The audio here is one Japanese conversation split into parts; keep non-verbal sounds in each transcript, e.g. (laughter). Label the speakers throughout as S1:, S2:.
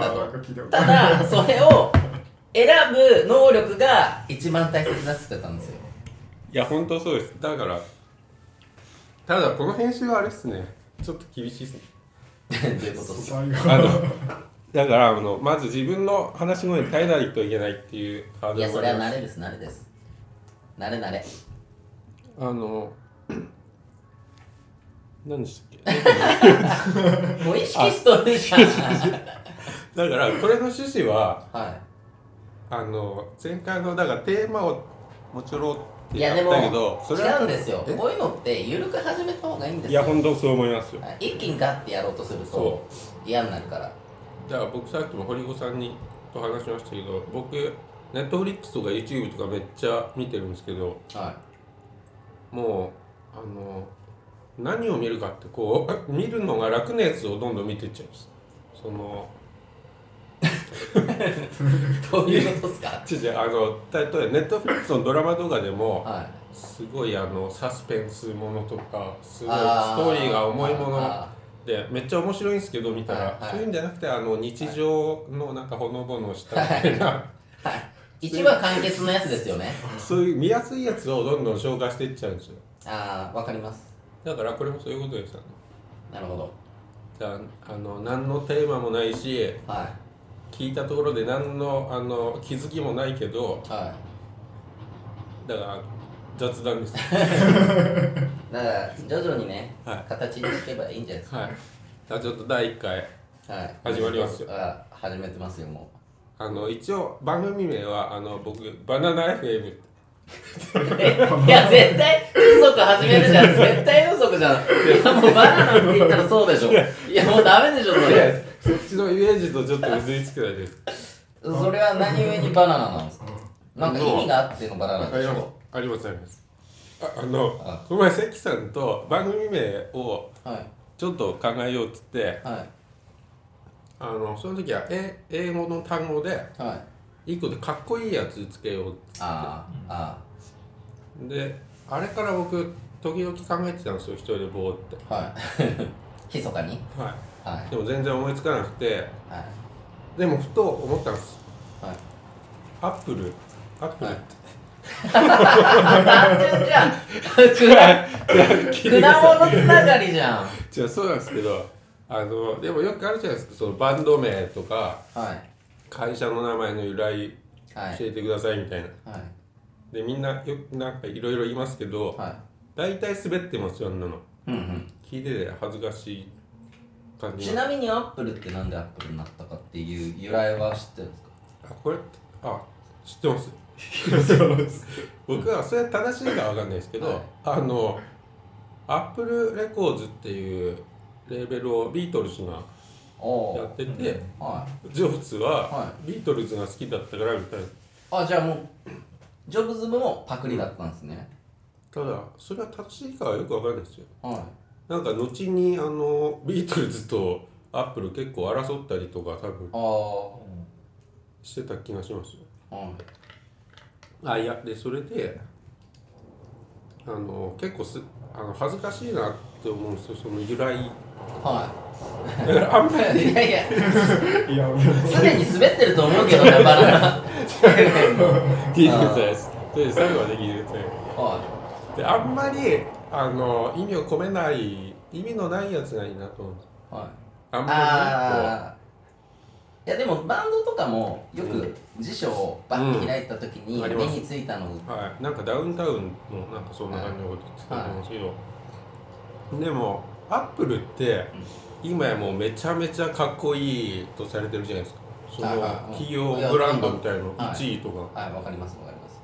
S1: だと
S2: 聞いたこと
S1: ただそれを選ぶ能力が一番大切だって言ってたんですよ
S3: いや本当そうですだからただこの編集はあれっすねちょっと厳しいっすね
S1: どういうことですか
S2: 最
S3: あ
S2: 後
S3: のだからあのまず自分の話し声に耐えないといけないっていうハー
S1: い
S3: ド
S1: や
S3: ル
S1: そ
S3: が
S1: れ
S3: あ
S1: は
S3: り
S1: 慣
S3: ます
S1: れです慣れです慣れ慣 (laughs) れ
S3: あの (clears throat) 何でしたっけ (laughs)
S1: もう意識しとるじゃん
S3: だからこれの趣旨は
S1: は
S3: あの前回のだからテーマをもちろんって
S1: いい
S3: や
S1: や
S3: っ
S1: でも
S3: たけどそれは
S1: 違うんですよ
S3: え
S1: こういうのって緩く始めた方がいいんです
S3: い
S1: よ
S3: や本当そう思いますよ
S1: はい一気にガッてやろうとすると
S3: そ
S1: 嫌になるから
S3: だから僕さっきも堀子さんにと話しましたけど僕ネットフリックスとか YouTube とかめっちゃ見てるんですけど
S1: は
S3: もうあの何を見るかってこう (laughs) 見るのが楽なやつをどんどん見てっちゃうんですその
S1: い (laughs) どういうことですか
S3: ちょちょあの例えばネットフリックスのドラマとかでも
S1: はい
S3: すごいあのサスペンスものとかすごいストーリーが重いもの
S1: あ
S3: でめっちゃ面白いんですけど見たら、
S1: はいはい
S3: そういうんじゃなくてあの日常のなんかほのぼのしたみたいな、
S1: ーはい一話完結のやつですよね
S3: そういう見やすいやつをどんどん消化していっちゃうんですよ
S1: ああわかります
S3: だからこれもそういうことですよね
S1: なるほど
S3: だからあの何のテーマもないし
S1: は
S3: 聞いたところで何のあの気づきもないけど
S1: いはい
S3: だから雑談 (laughs) です
S1: だから徐々にね、
S3: はい
S1: 形にしていけばいいんじゃないです
S3: はいじゃあちょっと第1回
S1: か、はい、
S3: 始まりますよ
S1: あ始めてますよ
S3: (laughs)
S1: も
S3: あの一応番組名はあの僕バナナ FM いう
S1: いや絶対風俗始めるじゃん絶対風俗じゃんいやもうバナナって言ったらそうでしょいやもうダメでしょそ
S3: や
S1: れ
S3: そっちのイメージとちょっと結びつけないです
S1: それは何故にバナナなんですかなんか意味があってのバナナ
S3: あ
S1: で
S3: り
S1: し
S3: ます
S1: ょ
S3: ありますありますああの
S1: あ
S3: この前関さんと番組名を
S1: はい
S3: ちょっと考えようっつって
S1: は
S3: あのその時はえ英語の単語で
S1: いはい
S3: 一個でかっこいいやつつけようっつ
S1: あーあ
S3: ってであれから僕時々考えてたんですよ一人でぼーって
S1: ーはい (laughs) 密かに
S3: は
S1: はい
S3: いでも全然思いつかなくて
S1: はい
S3: でもふと思ったんです
S1: はい
S3: アップルアップルって、
S1: 単純じ
S3: (laughs)
S1: ゃん果果物つながりじゃん
S3: じゃあそうなんですけど (laughs) あのでもよくあるじゃないですかそのバンド名とか
S1: はい
S3: 会社の名前の由来
S1: はい
S3: 教えてくださいみたいな、
S1: はい
S3: でみんなよくなんかいろいろ言いますけど、
S1: は
S3: 大体滑ってますよあんなの
S1: いうんうん
S3: 聞いてて恥ずかしい感じ
S1: ちなみにアップルってなんでアップルになったかっていう由来は知ってるんですか
S3: あこれあ知ってます僕はそれ正しいかわかんないですけど、
S1: はい
S3: あのアップルレコーズっていうレーベルをビートルズが
S1: お
S3: や
S1: お
S3: ってて、
S1: は
S3: ジョブズは
S1: は
S3: ビートルズが好きだったからみたいない
S1: あじゃあもうジョブズもパクリだったんですね、
S3: ただそれは正しいかはよくわかんないですよ
S1: は
S3: なんか後にあのビートルズとアップル結構争ったりとか多分
S1: い
S3: してた気がしますよ
S1: ああはい
S3: あいやでそれであの結構すあの恥ずかしいなって思うんですよその由来
S1: は
S3: だからあんま
S1: い (laughs)
S3: り
S1: いやいや
S2: いやもう
S1: すでに滑ってると思うけどねバナ (laughs) ナ
S3: 聞いてくださいですで最後まで聞いてくださ
S1: はい
S3: であんまりあの意味を込めない意味のないやつがいいなと思うんです
S1: いはい
S3: あんま
S1: ああいやでもバンドとかもよく辞書をバッて開いた時に
S3: うんありま
S1: 目
S3: す
S1: についたのを、
S3: りこう、はい、なんかダウンタウンのなんかそんな感じのこと言ってたと思うんですけど、でもアップルって今やもうめちゃめちゃかっこいいとされてるじゃないですかその
S1: はいはい
S3: 企業ブランドみたいなの
S1: はい
S3: 1位とか、
S1: はいわかりますわかります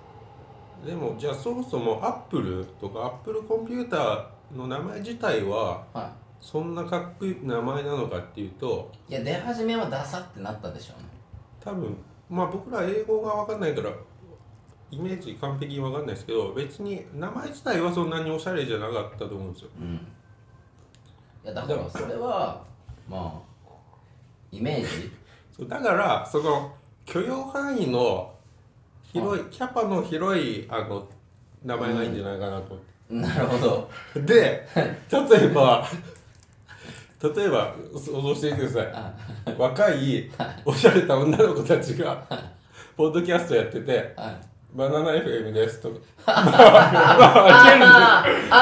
S3: でもじゃあそもそもアップルとかアップルコンピューターの名前自体は
S1: は
S3: そんなかっこいい名前なのかっていうと
S1: いいや出始めはダサってなったでしょうね
S3: 多分まあ僕ら英語が分かんないからイメージ完璧に分かんないですけど別に名前自体はそんなにおしゃれじゃなかったと思うんですよ
S1: うんいやだからそれはまあイメージ (laughs)
S3: そうだからその許容範囲の広いキャパの広いあの名前がいいんじゃないかなと思って。
S1: なるほど
S3: で例えば例えば想像してみてくださ
S1: あ
S3: い若いおしゃれた女の子たちがポッドキャストやってて
S1: あ
S3: 「バナナ FM です」とか「まあまあ現
S1: あ
S3: ま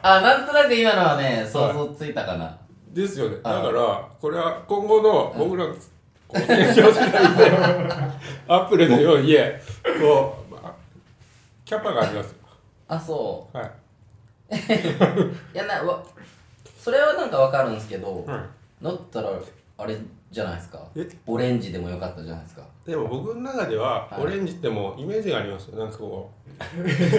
S1: ああなんとなく今のはね想像ついたかな、
S3: 実ですよねだ
S1: あ
S3: からこれは今後の僕らのこの (laughs) 成長世代でアップルのようにこう、まあキャパがありますよ
S1: あそ
S3: はいう
S1: いやなわそれはなんかわかるんですけど、
S3: はい
S1: だったらあれじゃないですか
S3: え
S1: オレンジでもよかったじゃないですか
S3: でも僕の中では
S1: はい
S3: オレンジってもうイメージがありますよなんかこ (laughs)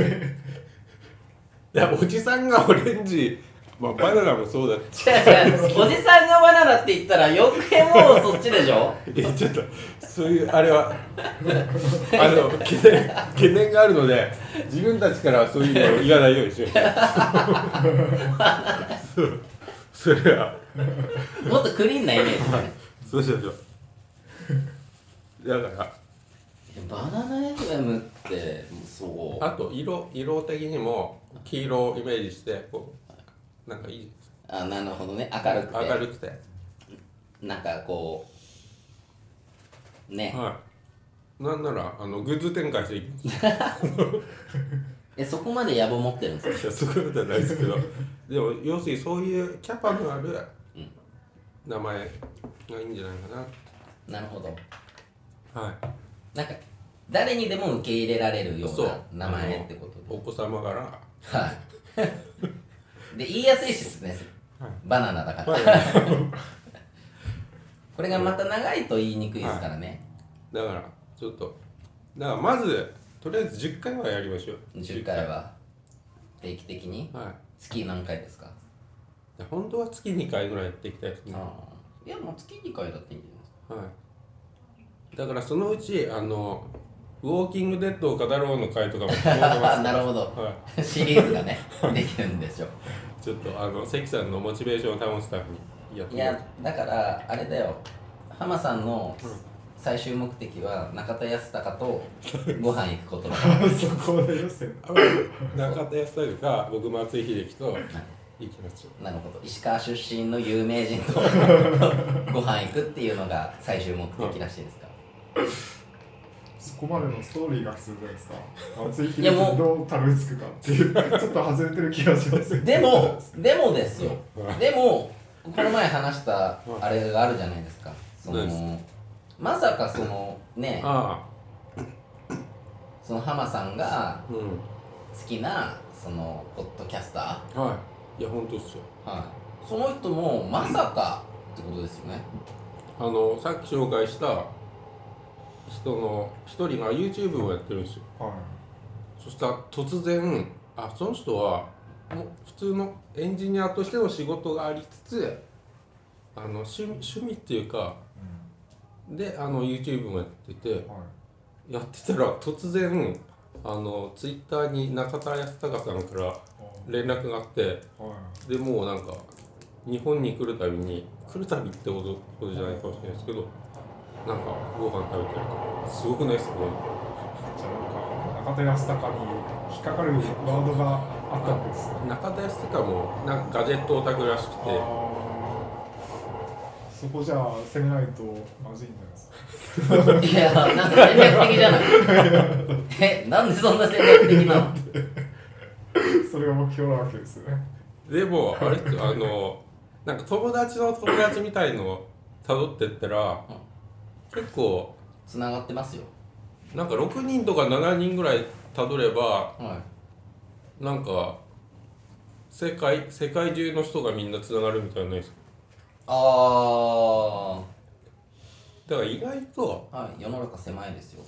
S3: ういやおじさんがオレンジ、まあ、バナナもそうだ
S1: 違う違うおじさんがバナナって言ったら余計もうそっちでしょ
S3: えちょっとそういうあれはあの懸念懸念があるので自分たちからはそういうのを言わないようにしようそうそれは
S1: (laughs) もっとクリーンなイメージだね
S3: そうしましょうだから
S1: いやバナナ FM ってそう
S3: あと色色的にも黄色をイメージしてこうなんかいい
S1: あなるほどね明るくて
S3: 明るくて
S1: なんかこうね、
S3: はいなんならあのグッズ展開していきます
S1: えそこまで野望持ってるんですよ
S3: いやそういうことはないですけ (laughs) どでも要するにそういうキャパのある名前がいいんじゃないか
S1: なるほど
S3: なはい
S1: なんか誰にでも受け入れられるよ
S3: そう
S1: うな名前ってこ
S3: あのお子様からは
S1: とではいで言いやすいしですね
S3: はい
S1: バナナだから、
S3: いだか
S1: これがまた長いと言いにくいですからね、
S3: らちょっとだからまずとりあえず10回はやりましょう
S1: 10回は定期的に
S3: はい
S1: 月何回ですか、
S3: で本当は月2回ぐらいやっていきたいですね
S1: ああいやもう月2回だっていいんじゃないですか
S3: はいだからそのうちあのウォーキングデッドを語ろうの回とかも設けて (laughs) ます
S1: (laughs) なるほど、
S3: は
S1: シリーズが
S3: (laughs)
S1: ねできるんでしょ
S3: い、ちょっとあの関さんのモチベーションを保つためにやって
S1: い
S3: みます
S1: やだからあれだよ浜さんの最終目的は中田康隆とご飯行くことだ
S2: そこで予選
S3: (laughs) 中田康隆か僕松井秀喜と行きましょ
S1: (laughs) なるほど石川出身の有名人と (laughs) ご飯行くっていうのが最終目的らしいですか
S2: そこまでのストーリーが普通じゃないですか松井秀喜
S1: いやもう
S2: にどうたどり着くかっていうちょっと外れてる気がします
S1: でもでもですよ
S3: うん
S1: でもこの前話した
S3: うん
S1: あれがあるじゃないですかそ
S3: 何です
S1: のまさかその
S3: う
S1: ね
S3: あ
S1: その浜さんが
S3: あうん
S1: 好きなそのポッドキャスター
S3: はいいや本当っすよ
S1: はい、その人もまさかってことですよね。
S3: あのさっき紹介した人の一人が YouTube をやってるんですよ
S2: は
S3: そしたら突然あその人はもう普通のエンジニアとしての仕事がありつつあの趣味趣味っていうか
S2: い、うん
S3: であの YouTube もやってて
S2: はい
S3: やってたら突然あの Twitter に中田康隆さんから連絡があって
S2: はい
S3: でもうなんか日本に来るたびに来るたびってことことじゃないかもしれないですけどなんかご飯食べたりとかすごくないですかね
S2: じゃあなんか中田康隆に引っかかるワードがあったわけですね
S3: 中田康隆もなんかガジェットオタクらしくて
S2: あーそこじゃあ攻めないとまずいんじゃないですか
S1: いや、なんか戦略的じゃない。え、なんでそんな戦略的なの
S2: それが目標なわけですよね
S3: でもあれっすよあのなんか友達の友達みたいのをたどってったら結構
S1: 繋がってますよ。
S3: なんか6人とか7人ぐらいたどれば
S1: は
S3: なんか世界世界中の人がみんなつながるみたいなのないですか
S1: い。あ
S3: だから意外と
S1: ー、はい、世の中狭いですよ。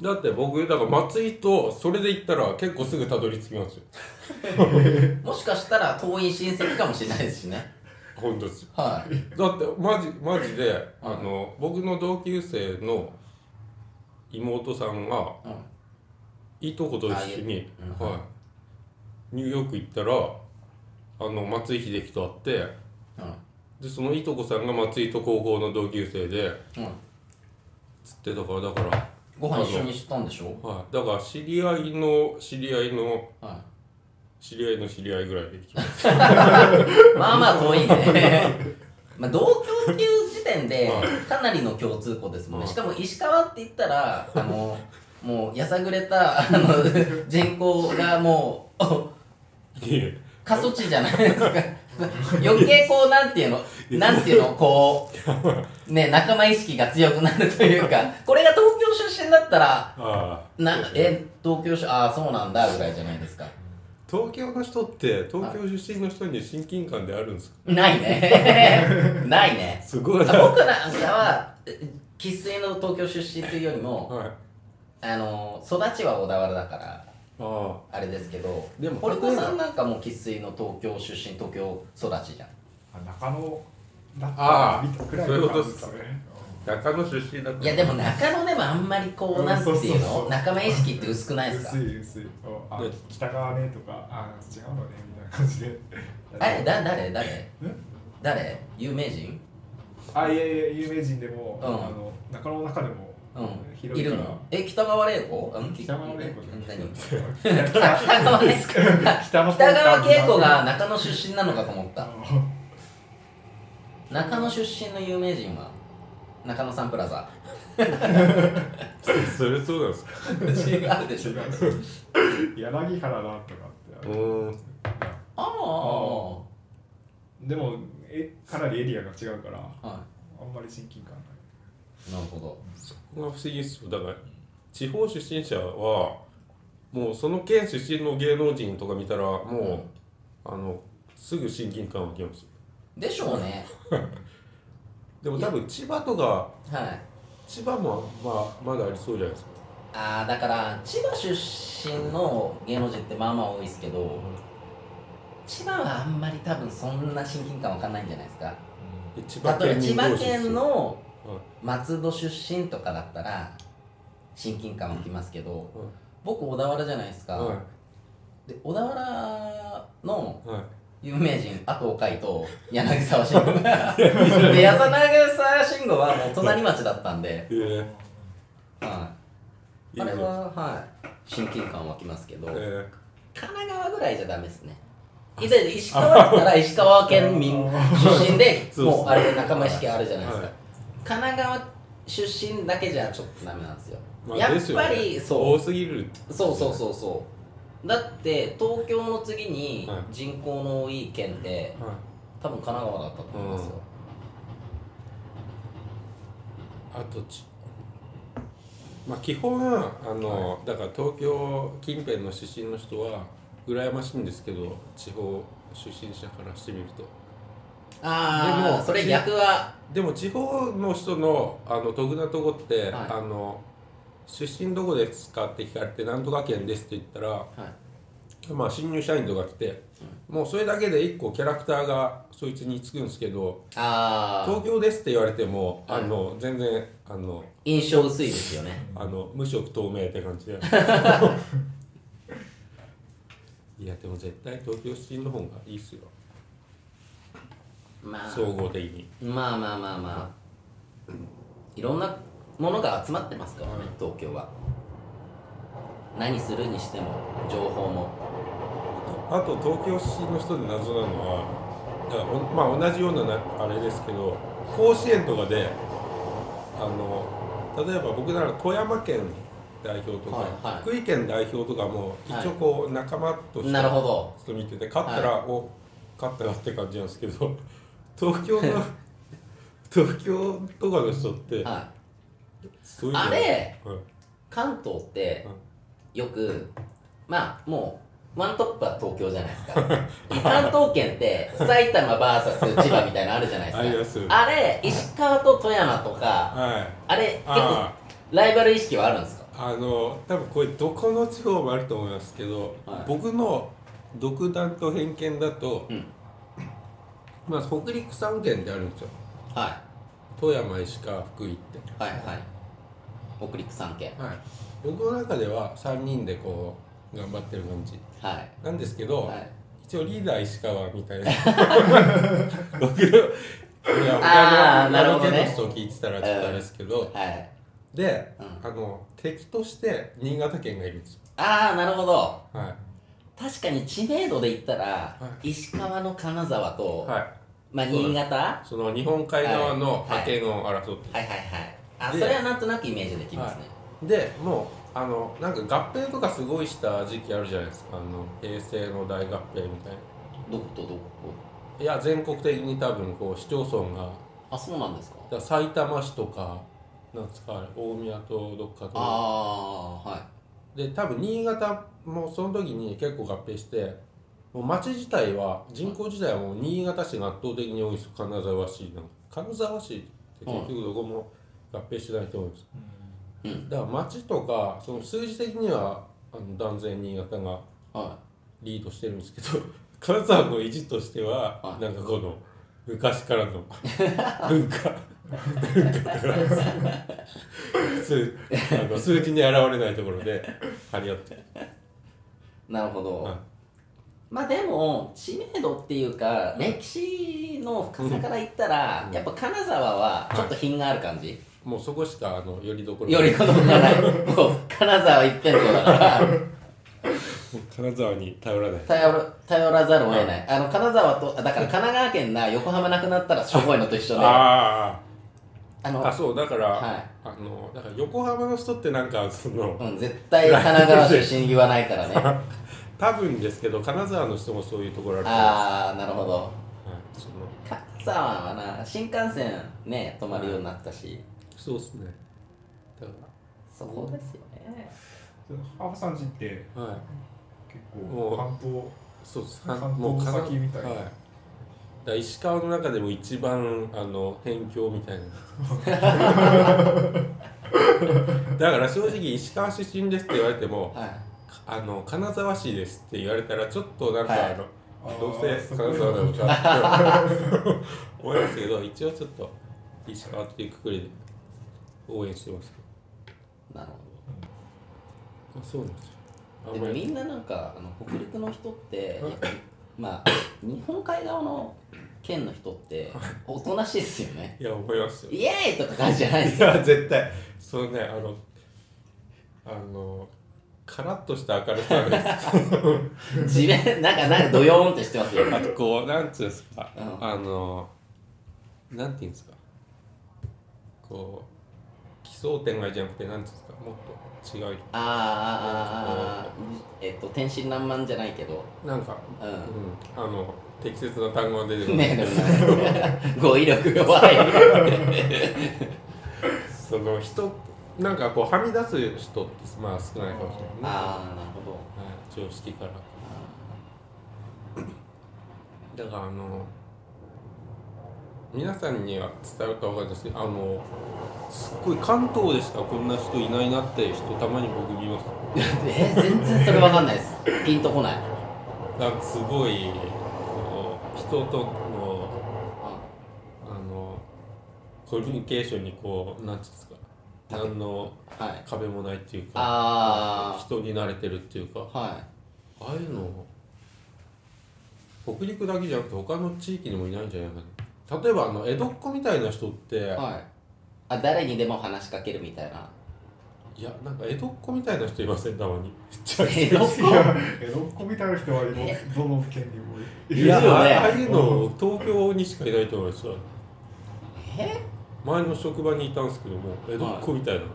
S3: だって僕だから松井とそれで行ったら結構すぐたどり着きますよ
S1: もしかしたら遠い親戚かもしれないですしね。
S3: 本当ですよ
S1: はい。
S3: だってマジマジであの僕の同級生の妹さんが
S1: うん
S3: いとこと一緒に、
S1: あ
S3: はい、ニューヨーク行ったらあの松井秀喜と会って
S1: う
S3: でそのいとこさんが松井と高校の同級生で
S1: ん。うん。
S3: つってだからだから、
S1: ご飯一緒にしたんでしょ
S3: はい、だから知り合いの知り合いの
S1: は
S3: 知り合いの知り合いぐらいで来 (laughs) まし
S1: まあまあ遠いね。 (laughs) まあ同居っていう時点で
S3: は
S1: かなりの共通項ですもんね。
S3: はい
S1: しかも石川って言ったら、あの、もうやさぐれたあの人口がもう、お
S3: たいえ
S1: 過疎地じゃないですか。余計こうなんていうの、なんていうの、こう、ね、仲間意識が強くなるというか、これが東京出身だったら、
S3: ああ
S1: なんか、え、東京出、ああ、そうなんだぐらいじゃないですか。
S3: 東京の人って東京出身の人に親近感であるんですか
S1: ないね。ないね。
S3: すごいな
S1: 僕なんかは生粋の東京出身というよりも
S3: はい
S1: あの育ちは小田原だから
S3: あ
S1: あれですけど
S3: でも
S1: 堀子さんなんかもう生粋の東京出身東京育ちじゃん
S2: あ中野だった
S3: あ
S2: ら
S3: ー
S2: 見たくらい
S3: そういう
S2: の
S3: こと
S2: 感
S3: っ
S2: じ
S3: す
S2: ですね
S3: あ中野出身だから
S1: いやでも中野でもあんまりこう
S2: うん
S1: なんて
S2: そう
S1: い
S2: そううそ
S1: の
S2: う
S1: 仲間意識って薄くないですか
S2: 薄い薄いおあ
S3: で
S2: 北側ねとかあ違うのねみたいな感じで
S1: あれだ誰誰
S2: え
S1: 誰有名人
S2: あいやいや有名人でも、
S1: うん
S2: あの中野の中でも、
S1: うん
S2: 広
S1: い
S2: いか
S1: る
S2: ら
S1: のえ北川玲子うんき
S2: 北川玲子じゃない
S1: 何
S2: 北
S1: 北川
S2: (laughs)
S1: ですか
S2: 北の
S1: 北川景子が中野出身なのかと思った
S2: あ
S1: 中野出身の有名人は中野サンプラザ
S3: (laughs) それそうなんですか
S1: 違うでしょ
S2: の柳原なんとかってあ
S3: う
S2: る
S3: ーん
S1: ああ
S2: でもえかなりエリアが違うから
S1: は
S2: あんまり親近感ない
S1: いなるほど
S3: そこが不思議っすよだから地方出身者はもうその県出身の芸能人とか見たらもう、あのすぐ親近感湧きますよ
S1: でしょうね
S3: でも多分千葉とか
S1: はい
S3: 千葉も、まあ、まだありそうじゃないですか
S1: ああだから千葉出身の芸能人ってまあまあ多いですけど千葉はあんまり多分そんな親近感わかんないんじゃないですか
S3: で千
S1: 例えば千葉県
S3: は
S1: の
S3: い
S1: 松戸出身とかだったら親近感湧きますけど
S3: うん
S1: 僕小田原じゃないですか、
S3: は
S1: で小田原の
S3: いはい
S1: 有名人、阿藤海と柳沢慎
S3: (laughs)
S1: 吾が。で、柳沢慎吾はもう隣町だったんで、
S3: えー
S1: はい、
S3: いい
S1: あ
S3: ね
S1: れは、はい、親近感湧きますけど、神
S3: え
S1: 奈川ぐらいじゃダメですね。以前、石川だったら石川県民出身で、
S3: (laughs) そうそう
S1: もうあれ仲間意識あるじゃないですか。
S3: はい
S1: 神奈川出身だけじゃちょっとダメなんですよ。
S3: ーまあ
S1: やっ
S3: ですよ
S1: ぱ
S3: ね
S1: り、そう。
S3: 多すぎる
S1: そうそうそうそうだって東京の次に
S3: はい
S1: 人口の多い県って、
S3: はい
S1: 多分神奈川だったと思うんですよ、
S3: あとちまあ基本はあの、だから東京近辺の出身の人は羨ましいんですけど地方出身者からしてみると
S1: ああ
S3: で
S1: で
S3: も
S1: もそれ逆は
S3: でも地方の人のあの得なとこっ
S1: は
S3: て、
S1: い
S3: あの出身どこですかって聞かれて何とか県ですって言ったら
S1: はい
S3: まあ新入社員とか来て、もうそれだけで一個キャラクターがそいつにつくんですけど
S1: ああ
S3: 東京ですって言われてもあ
S1: はい
S3: の全然あの
S1: 印象薄いですよね
S3: あの無色透明って感
S1: (laughs)
S3: じでいやでも絶対東京出身の方がいいっすよ
S1: まあ
S3: 総合的に
S1: まあまあまあまあいろんなものが集まってますからね、
S3: はい
S1: 東京は何するにしても情報も
S3: あと東京出身の人で謎なのはだからおまあ同じようななあれですけど甲子園とかであの例えば僕なら富山県代表とか、
S1: はいはい
S3: 福井県代表とかも一応こう仲間として、
S1: なるほど
S3: ちょっと見てて勝ったら、お勝ったなって感じなんですけど (laughs) 東
S1: (laughs)
S3: 京の東京とかの人って、
S1: はい
S3: そういうの
S1: あれ
S3: はい
S1: 関東って
S3: うん
S1: よくまあもうワントップは東京じゃないですか
S3: (laughs)
S1: 関東圏って埼玉 VS 千葉みたいなのあるじゃない
S3: あり
S1: で
S3: ますす
S1: かあれ石川と富山とか
S3: はい
S1: あれ結構
S3: あ
S1: ライバル意識はあるんですか
S3: ーあの多分これどこの地方もあると思いますけど、
S1: はい
S3: 僕の独断と偏見だと、
S1: うん
S3: まあ北陸三県ってあるんですよ
S1: は
S3: 富山石川福井って
S1: いはいはい北陸三県
S3: はい僕の中では3人でこう頑張ってる感じ
S1: はい
S3: なんですけど、
S1: はい
S3: 一応リーダー石川
S1: (laughs)
S3: みたいな僕のいや
S1: あー
S3: 他の
S1: なるほどね
S3: 他の人を聞いてたらちょっとあれですけど、
S1: はい
S3: で、
S1: うん
S3: あの敵として新潟県がいるんですよ
S1: ああなるほど
S3: はい
S1: 確かに知名度で言ったら、
S2: は
S1: 石川の金沢と、
S3: はい
S1: まあ
S3: そうだ
S1: 新潟は
S3: その日本海側の覇権を争って、
S1: いはいはいあそ
S3: で
S1: れはなんとなくイメージできますね、
S3: でもうあのなんか合併とかすごいした時期あるじゃないですかあの平成の大合併みたいな
S1: どことどこ
S3: いや全国的に多分こう市町村が
S1: あそうなんですか
S3: だから埼玉市とかなんですかあれ大宮とどっかと
S1: ああはい
S3: で多分新潟もその時に結構合併してもう町自体は人口自体はもう新潟市が圧倒的に多いんですよ金沢市なんか金沢市って結局どこも合併してないと思うんです、
S1: うん
S3: だから町とかその数字的にはあの断然新潟が
S1: は
S3: リードしてるんですけど (laughs) 金沢の意地としては、
S1: はい
S3: なんかこの昔からの (laughs) 文化文化が数あの数字に現れないところで張り合ってる、
S1: いなるほど、
S3: はい
S1: まあでも知名度っていうか歴史の深さから言ったら、
S3: うん
S1: やっぱ金沢はちょっと品がある感じ、
S3: もうそこしかあのよりどころが
S1: よりほどがないもう金沢一辺倒だから
S3: (laughs) 金沢に頼らない
S1: 頼る頼らざるを得ない、あの金沢とあだから神奈川県な横浜なくなったらしょぼいのと一緒であ
S3: あ
S1: の
S3: ああそうだから、
S1: はい
S3: あのだから横浜の人ってなんかその
S1: うん、絶対神奈川出身言わない
S3: (laughs)
S1: からね
S3: 多分ですけど金沢の人もそういうところあるから
S1: ああなるほど
S3: はいその
S1: 金沢はな新幹線ね止まるようになったし、
S3: そうですねだか
S1: そこですよね
S2: ハーフさんちって
S3: らはい
S2: 結
S3: もう
S2: 構関東
S3: そうです
S2: 関東
S3: もうかな
S2: 先みたいな
S3: はい、だから石川の中でも一番あの辺境みたいなだから正直石川出身ですって言われても
S1: はい
S3: あの金沢市ですって言われたらちょっとなんか、
S1: はい
S3: あの
S2: あー
S3: どうせ
S2: そ
S3: 金
S2: こ
S3: 沢なのかって思いますけど一応ちょっと石川っていうくくりで応援してます
S1: なるほ
S3: あそうなんですよ
S1: ど
S3: あ
S1: で
S3: ん
S1: も
S3: ま
S1: み
S3: り
S1: んななんかあの北陸の人って
S3: うん
S1: やっぱりまあ日本海側の県の人って
S3: (laughs)
S1: おとなしいっすよね
S3: いや思いますよ
S1: イエーイとか感じじゃないです
S3: いや絶対そうねあのあのカラッとした明るさ
S1: (laughs)
S3: が
S1: 地面なんかなんかドヨーンってしてますよ
S3: (laughs) あとこうなんつうんですか、
S1: うん
S3: あのなんていうんですかこう奇想天外じゃなくてなんつうんですかもっと
S1: あ
S3: 違
S1: ーあーあーあーえっと天真爛漫じゃないけど
S3: うなんか、
S1: う
S3: うんん、あの適切な単語が出てこない
S1: (laughs) ね (laughs) えでも語彙力 (laughs) 弱い
S3: その人なんかこうはみ出す人ってまあ少ないかもしれないね、は
S1: ああなるほど
S3: い、常識から。だからあの皆さんには伝わるかわかんないですけどあのすっごい関東でしかこんな人いないなって人たまに僕見ます
S1: え全然それわかんないですピンとこない
S3: なんかすごいこう人とのあのコミュニケーションにこうなんていうんですか何の
S1: はい
S3: 壁もないっていうか
S1: あ
S3: 人に慣れてるっていうか
S1: あはい
S3: ああいうの北陸だけじゃなくて他の地域にもいないんじゃないかな例えばあの江戸っ子みたいな人って、
S1: はいあ誰にでも話しかけるみたいない
S3: や、なんか江戸っ子みたいな人いません、たま
S1: (laughs)
S3: に。
S1: 江戸っ子
S2: いや江戸っ子みたいな人は今どの県にもい
S1: いるよね
S3: ああいうの、東京にしかいないと思いますよ。
S1: え
S3: 前の職場にいたんですけども、江戸っ子みたいな、も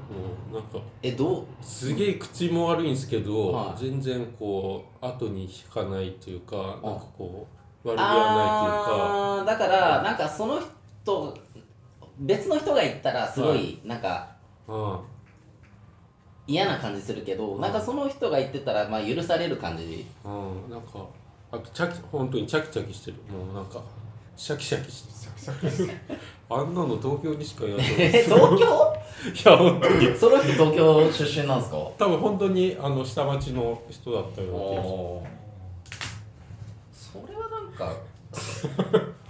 S3: うなんか、
S1: えどう
S3: すげえ口も悪いんですけど、
S1: はい
S3: 全然こう、後に引かないというか、なんかこう、悪気は
S1: ああーだからなんかその人別の人が言ったらすご
S3: はい
S1: なんか
S3: ないというか、うん
S1: 嫌な感じするけど
S3: うん
S1: なんかその人が言ってたらまあ許される感じ
S3: うん、なんか、あと、チャキ、本当にチャキチャキしてる。もうなんか、シャキシャキして
S2: シャキシャキしてる
S3: あんなの東京にしかいないと思い
S1: え (laughs) 東京
S3: ます。いや、本当に。
S1: その人東京出身なんですか
S3: 多分本当にあの下町の人だったような気がしま
S1: おーそれはなんか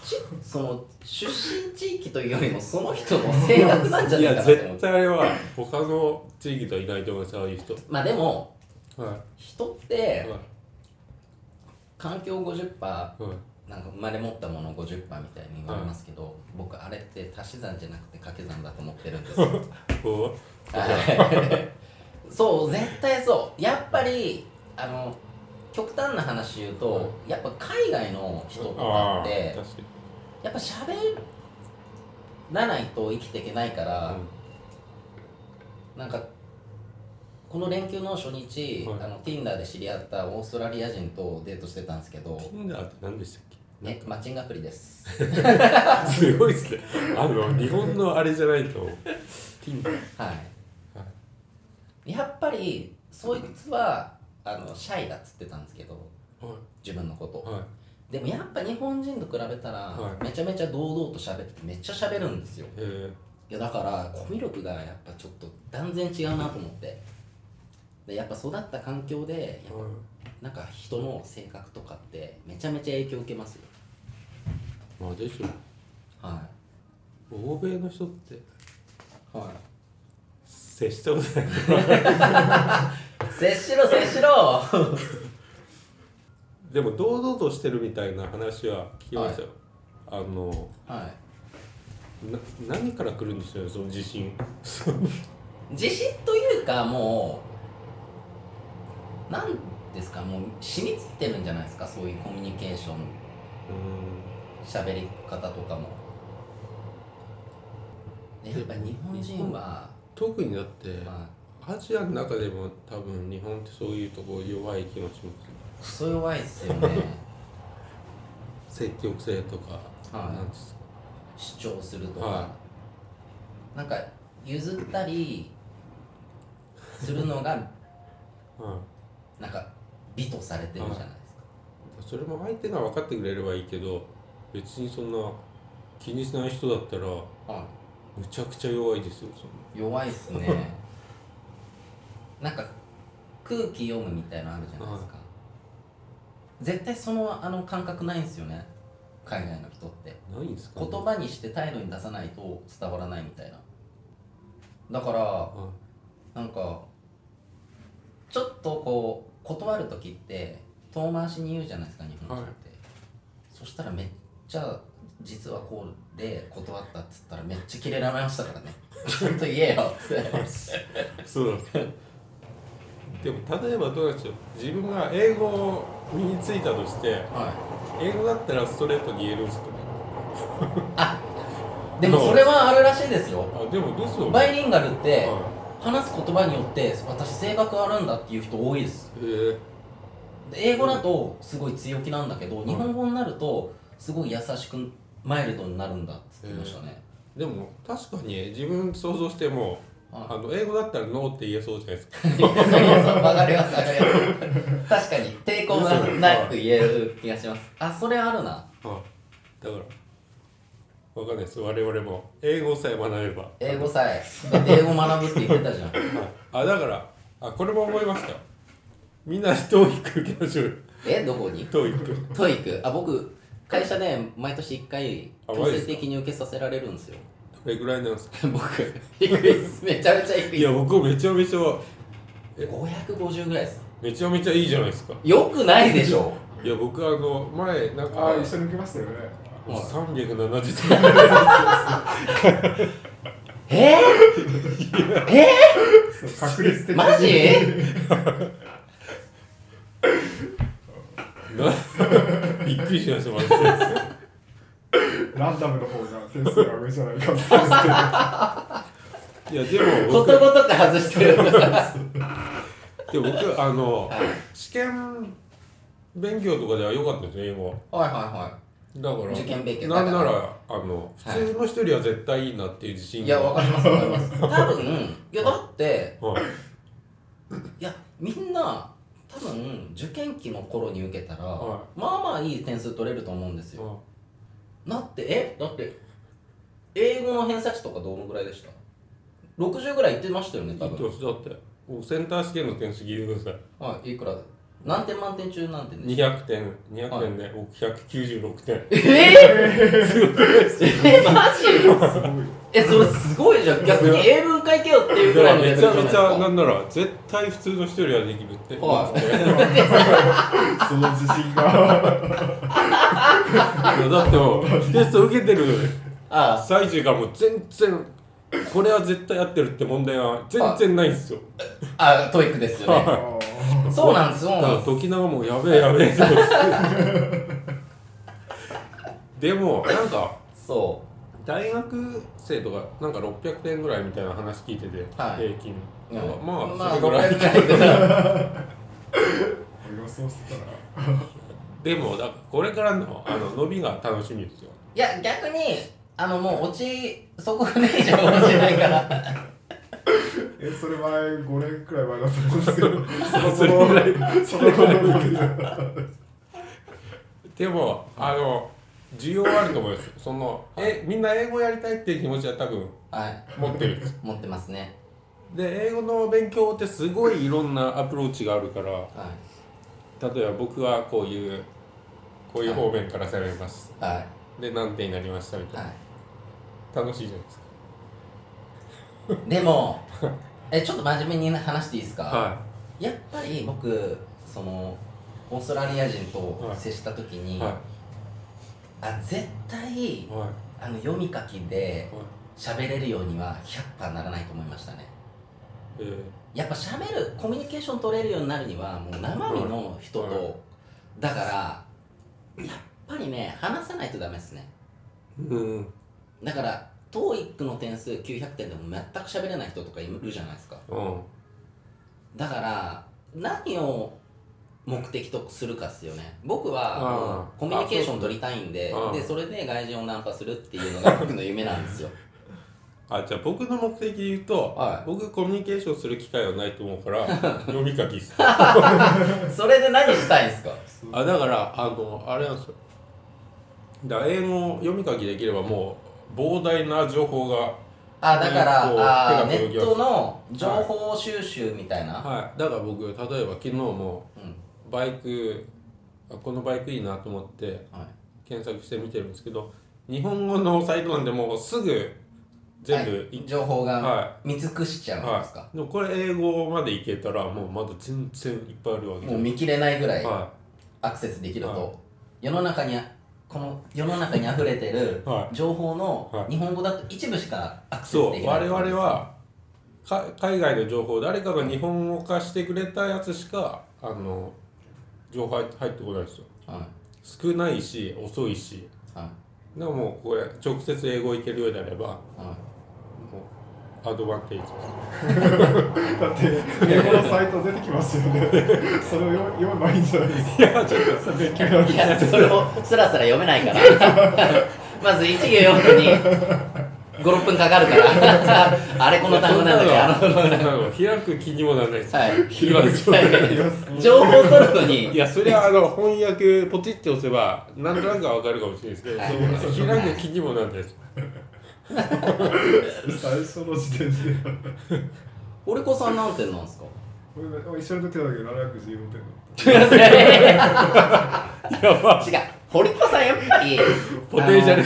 S1: ちその出身地域というよりもその人の性格なんじゃ
S3: すい
S1: ない
S3: や
S1: かなって思
S3: 絶
S1: う
S3: 対あれは他の地域とはいないと思いますああいう人
S1: まあでも
S3: は
S1: 人っ
S3: い
S1: て
S3: は
S1: 環境50%なんか
S3: いはい
S1: 生まれ持ったもの50%みたいに言われますけど、僕あれって足し算じゃなくて掛け算だと思ってるんですよ
S3: こ
S1: (laughs) はいそう絶対そうやっぱりあの極端な話言うと、やっぱ海外の人とか
S3: あ
S1: っ
S3: あ
S1: て
S3: 確か
S1: やっぱ喋らないと生きていけないから、
S3: に、
S1: なんかこの連休の初日、
S3: はい
S1: あの Tinder で知り合ったオーストラリア人とデートしてたんですけど、
S3: うん、Tinder って何でしたっけなん
S1: ね
S3: か、
S1: マッチングアプリです。
S3: すごいっすねあの日本のあれじゃないと
S1: (laughs)
S3: Tinder
S1: はい、やっぱりそいつはあのシャイだっつってたんですけど
S3: は
S1: 自分のこと、
S3: いはい
S1: でもやっぱ日本人と比べたら、
S3: はい
S1: めちゃめちゃ堂々と喋っててめっちゃ喋るんですよ
S3: えー、
S1: いやだからコミュ力がやっぱちょっと断然違うなと思ってでやっぱ育った環境でやっ
S3: はい
S1: ぱなんか人の性格とかってめちゃめちゃ影響受けますよ
S3: まあでしょ
S1: は
S3: 欧米の人って
S1: い、はい、
S3: 接したことない
S1: 接しろ (laughs) 接しろ
S3: でも堂々としてるみたいな話は聞きましたよ、あの
S1: は
S3: な何から来るんでしょうねその自信
S1: い自信というかもうなんですかもう染みついてるんじゃないですかそういうコミュニケーション
S3: う
S1: 喋り方とかもやっぱ日本人は、
S3: ん特にだって
S1: ま
S3: アジアの中でも多分日本ってそういうとこ弱い気もしま
S1: あ、クソ弱いっすよね
S3: す積極性とか、
S1: はい
S3: なんですか
S1: 主張するとか、
S3: は
S1: なんか譲ったりするのが
S3: はい
S1: なんか美とされてるじゃないですか、
S3: それも相手が分かってくれればいいけど別にそんな気にしない人だったらむ
S1: はい
S3: ちゃくちゃ弱いですよそんな
S1: 弱いっす (laughs) ねなんか空気読むみたいなのあるじゃないですか、絶対そのあの感覚ないんですよね海外の人って
S3: ないんですか、
S1: 言葉にして態度に出さないと伝わらないみたいなだから
S3: は
S1: なんかちょっとこう断る時って遠回しに言うじゃないですか日本人って、
S3: はい
S1: そしたらめっちゃ実はこうで断ったっつったらめっちゃキレられましたから
S3: (laughs)
S1: ねちゃんと言えよっつって
S3: いそうなんですかでも例えばどうなんでしょう自分が英語を身についたとして
S1: は
S3: 英語だったらストレートに言えるんですかね
S1: いでもそれはあるらしいですよ
S3: あでもですよ
S1: バ
S3: ね
S1: イリンガルって
S3: は
S1: 話す言葉によって私性格あるんだっていう人多いです
S3: いへえ
S1: で英語だとすごい強気なんだけど日本語になるとすごい優しくマイルドになるんだって言ってましたね、
S3: でも確かに自分想像しても
S1: はい
S3: あの英語だったらノーって言えそうじゃないです
S1: (laughs)
S3: か
S1: そうそうそう、わかります、わかります。確かに、抵抗がなく言える気がします。あ、それあるな。
S3: はいだからわかんないです我々も英語さえ学べば
S1: 英語さえ、だって英語学ぶって言ってたじゃん。
S3: あだからあこれも思いましたよみんなトーイック受けましょうよ
S1: え、どこに
S3: トーイック
S1: トイック。あ、僕、会社で毎年1回、
S3: あ
S1: 強制的に受けさせられるんですよ。
S3: どれぐらいなんです
S1: (laughs)
S3: か
S1: 僕、低いっす。めちゃめちゃ低
S3: い
S1: いっ
S3: や僕めちゃめちゃ
S1: す。550ぐらいです。
S3: めちゃめちゃいいじゃないですか
S1: よくないでしょ。
S3: いや僕あの前なん
S2: あ
S3: か
S2: あ、一緒に受けましたよね。
S1: はい
S3: 370点
S1: (laughs) えー、え
S2: そう確率的に。
S1: ー、マジ
S3: な (laughs) びっくりしましたマジで
S2: ランダムの方が点数が上じゃないかって言うんですけど。
S3: いやでも
S1: こと
S3: 僕
S1: ごとく外してる。
S3: でも僕あの試験勉強とかでは良かったですよ英語は
S1: はいは
S3: だから
S1: 受験勉強だ
S3: な
S1: か
S3: ん
S1: ら
S3: ならあの普通の人よりは絶対いいなっていう自
S1: いは
S3: 信
S1: い。いや、わ
S3: か
S1: かります、わかります。多分、いや、だって、
S3: はい
S1: いやみんな多分受験期の頃に受けたら、
S3: は
S1: まあまあいい点数取れると思うんですよ、
S3: は
S1: だってえだって英語の偏差値とかどのぐらいでした60ぐらいいってましたよね
S3: い
S1: 多
S3: だって
S1: 分
S3: だってもうセンター試験の点数聞いてください
S1: はいいくらで何点満点中何点でした
S3: 200点200点で、僕196点
S1: (laughs) えー、えマジ
S2: すごい。
S1: えそれすごいじゃん逆に英文会けよっていうぐ
S3: だから
S1: いのレ
S3: らめ
S1: ベル
S3: ち
S1: じゃないです
S3: ゃめちゃな
S1: か
S3: んなら絶対普通の人よりはできるって、
S1: はい
S2: その自信が。
S3: いやだってもうテスト受けてる
S1: あ
S3: 最中からもう全然これは絶対合ってるって問題は全然ないんですよ (laughs)
S1: ああトイックですよね
S2: あー
S1: んそうなんですそう
S3: だ
S1: な
S3: から
S1: んです
S3: 時永もやべえやべえって思ってでもなんか
S1: そ
S3: 大学生とかなんか600点ぐらいみたいな話聞いてて、
S1: はい
S3: 平均、
S1: う、うん
S3: まあ、
S1: まあ
S3: それぐらい
S1: 500ぐらい
S2: 予想してたら
S3: でもだこれからのあの伸びが楽しみですよ
S1: いや逆にあのもう落ちそこがねえじゃん落ちない
S3: (laughs)
S1: から
S2: えそれ前5年くらい前だと思うんですけど
S3: それぐらい
S2: その頃に受けて
S3: でもあの需要はあると思いますそのえみんな英語やりたいっていう気持ちは多分
S1: はい
S3: 持ってるんです
S1: 持ってますね
S3: で英語の勉強ってすごいいろんなアプローチがあるから
S1: は
S3: 例えば僕はこういうこういう方面から攻めます、
S1: いは
S3: で何点になりましたみ
S1: い
S3: たいな、
S1: は
S3: 楽しいじゃないですか
S1: いで
S3: (laughs)
S1: もえちょっと真面目に話していいですか、
S3: は
S1: やっぱり僕そのオーストラリア人と接した時
S3: い
S1: に、
S3: はい
S1: あ絶対
S3: は
S1: あの読み書きで
S3: いはい
S1: 喋れるようには100%ならないと思いましたね
S3: えー
S1: やっぱ喋るコミュニケーション取れるようになるにはもう生身の人と、
S3: はい
S1: だからやっぱりね話さないとダメですね
S3: うん
S1: だから TOEIC の点数900点でも全く喋れない人とかいるじゃないですか
S3: うん
S1: だから何を目的とするかっすよね僕
S3: あ
S1: は
S3: あ
S1: コミュニケーション取りたいんで
S3: あそう
S1: でそれで外人をナンパするっていうのが僕の夢なんですよ
S3: あじゃあ僕の目的で言うと、
S1: はい
S3: 僕コミュニケーションする機会はないと思うから
S1: (laughs)
S3: 読み書きっす
S1: それで何したいんですか
S3: あだからあのあれなんですよだから英語を読み書きできればもう膨大な情報が
S1: あだから
S3: こう
S1: あネ
S3: 手が届き
S1: ッ
S3: ます
S1: トの情報収集みたいな、
S3: はいだから僕例えば昨日も
S1: うん
S3: バイクあこのバイクいいなと思って
S1: はい、
S3: 検索して見てるんですけど日本語のサイトなんでもうすぐ全部
S1: はい
S3: い
S1: 情報が
S3: は
S1: 見尽くしちゃうんですか、
S3: はい、でもこれ英語までいけたらもうまだ全然いっぱいあるわけ
S1: もう見切れないぐらい
S3: は
S1: アクセスできると、
S3: はい
S1: 世の中にあこの世の中に溢れてる
S3: (laughs) は
S1: 情報の
S3: はい
S1: 日本語だと一部しかアクセ
S3: い、
S1: ス
S3: そ
S1: でき
S3: う
S1: ない
S3: 我々はか海外の情報誰かが日本語化してくれたやつしかあの情報入って入ってこないですよ
S1: は
S3: 少ないし遅いし
S1: いは
S3: でももうこれ直接英語いけるようになればも
S1: いはいう
S3: アドバンテージです
S2: だって英語のサイト出てきますよねそれを読読めばいいんじゃないですか
S3: いやちょっと
S2: それ勉強になる
S1: いやそれをすらすら読めないから
S3: (laughs)
S1: まず一行読むのに56分かかるから
S3: (laughs)
S1: あれこの単語なんだっけあの
S3: そん (laughs) なの開く気にもならないです
S1: はい
S3: 言われちゃ
S1: はい (laughs) 情報取るのに
S3: (laughs) いやそれはあの翻訳ポチって押せば何となくは分かるかもしれないですけどそう開く気にもならないです
S2: 最初の時点で
S1: 俺子さん何点なんですか
S2: 俺一緒に出てたけど714点だっ
S3: やば
S1: 違う堀子さんやっぱり
S3: ポテンシャル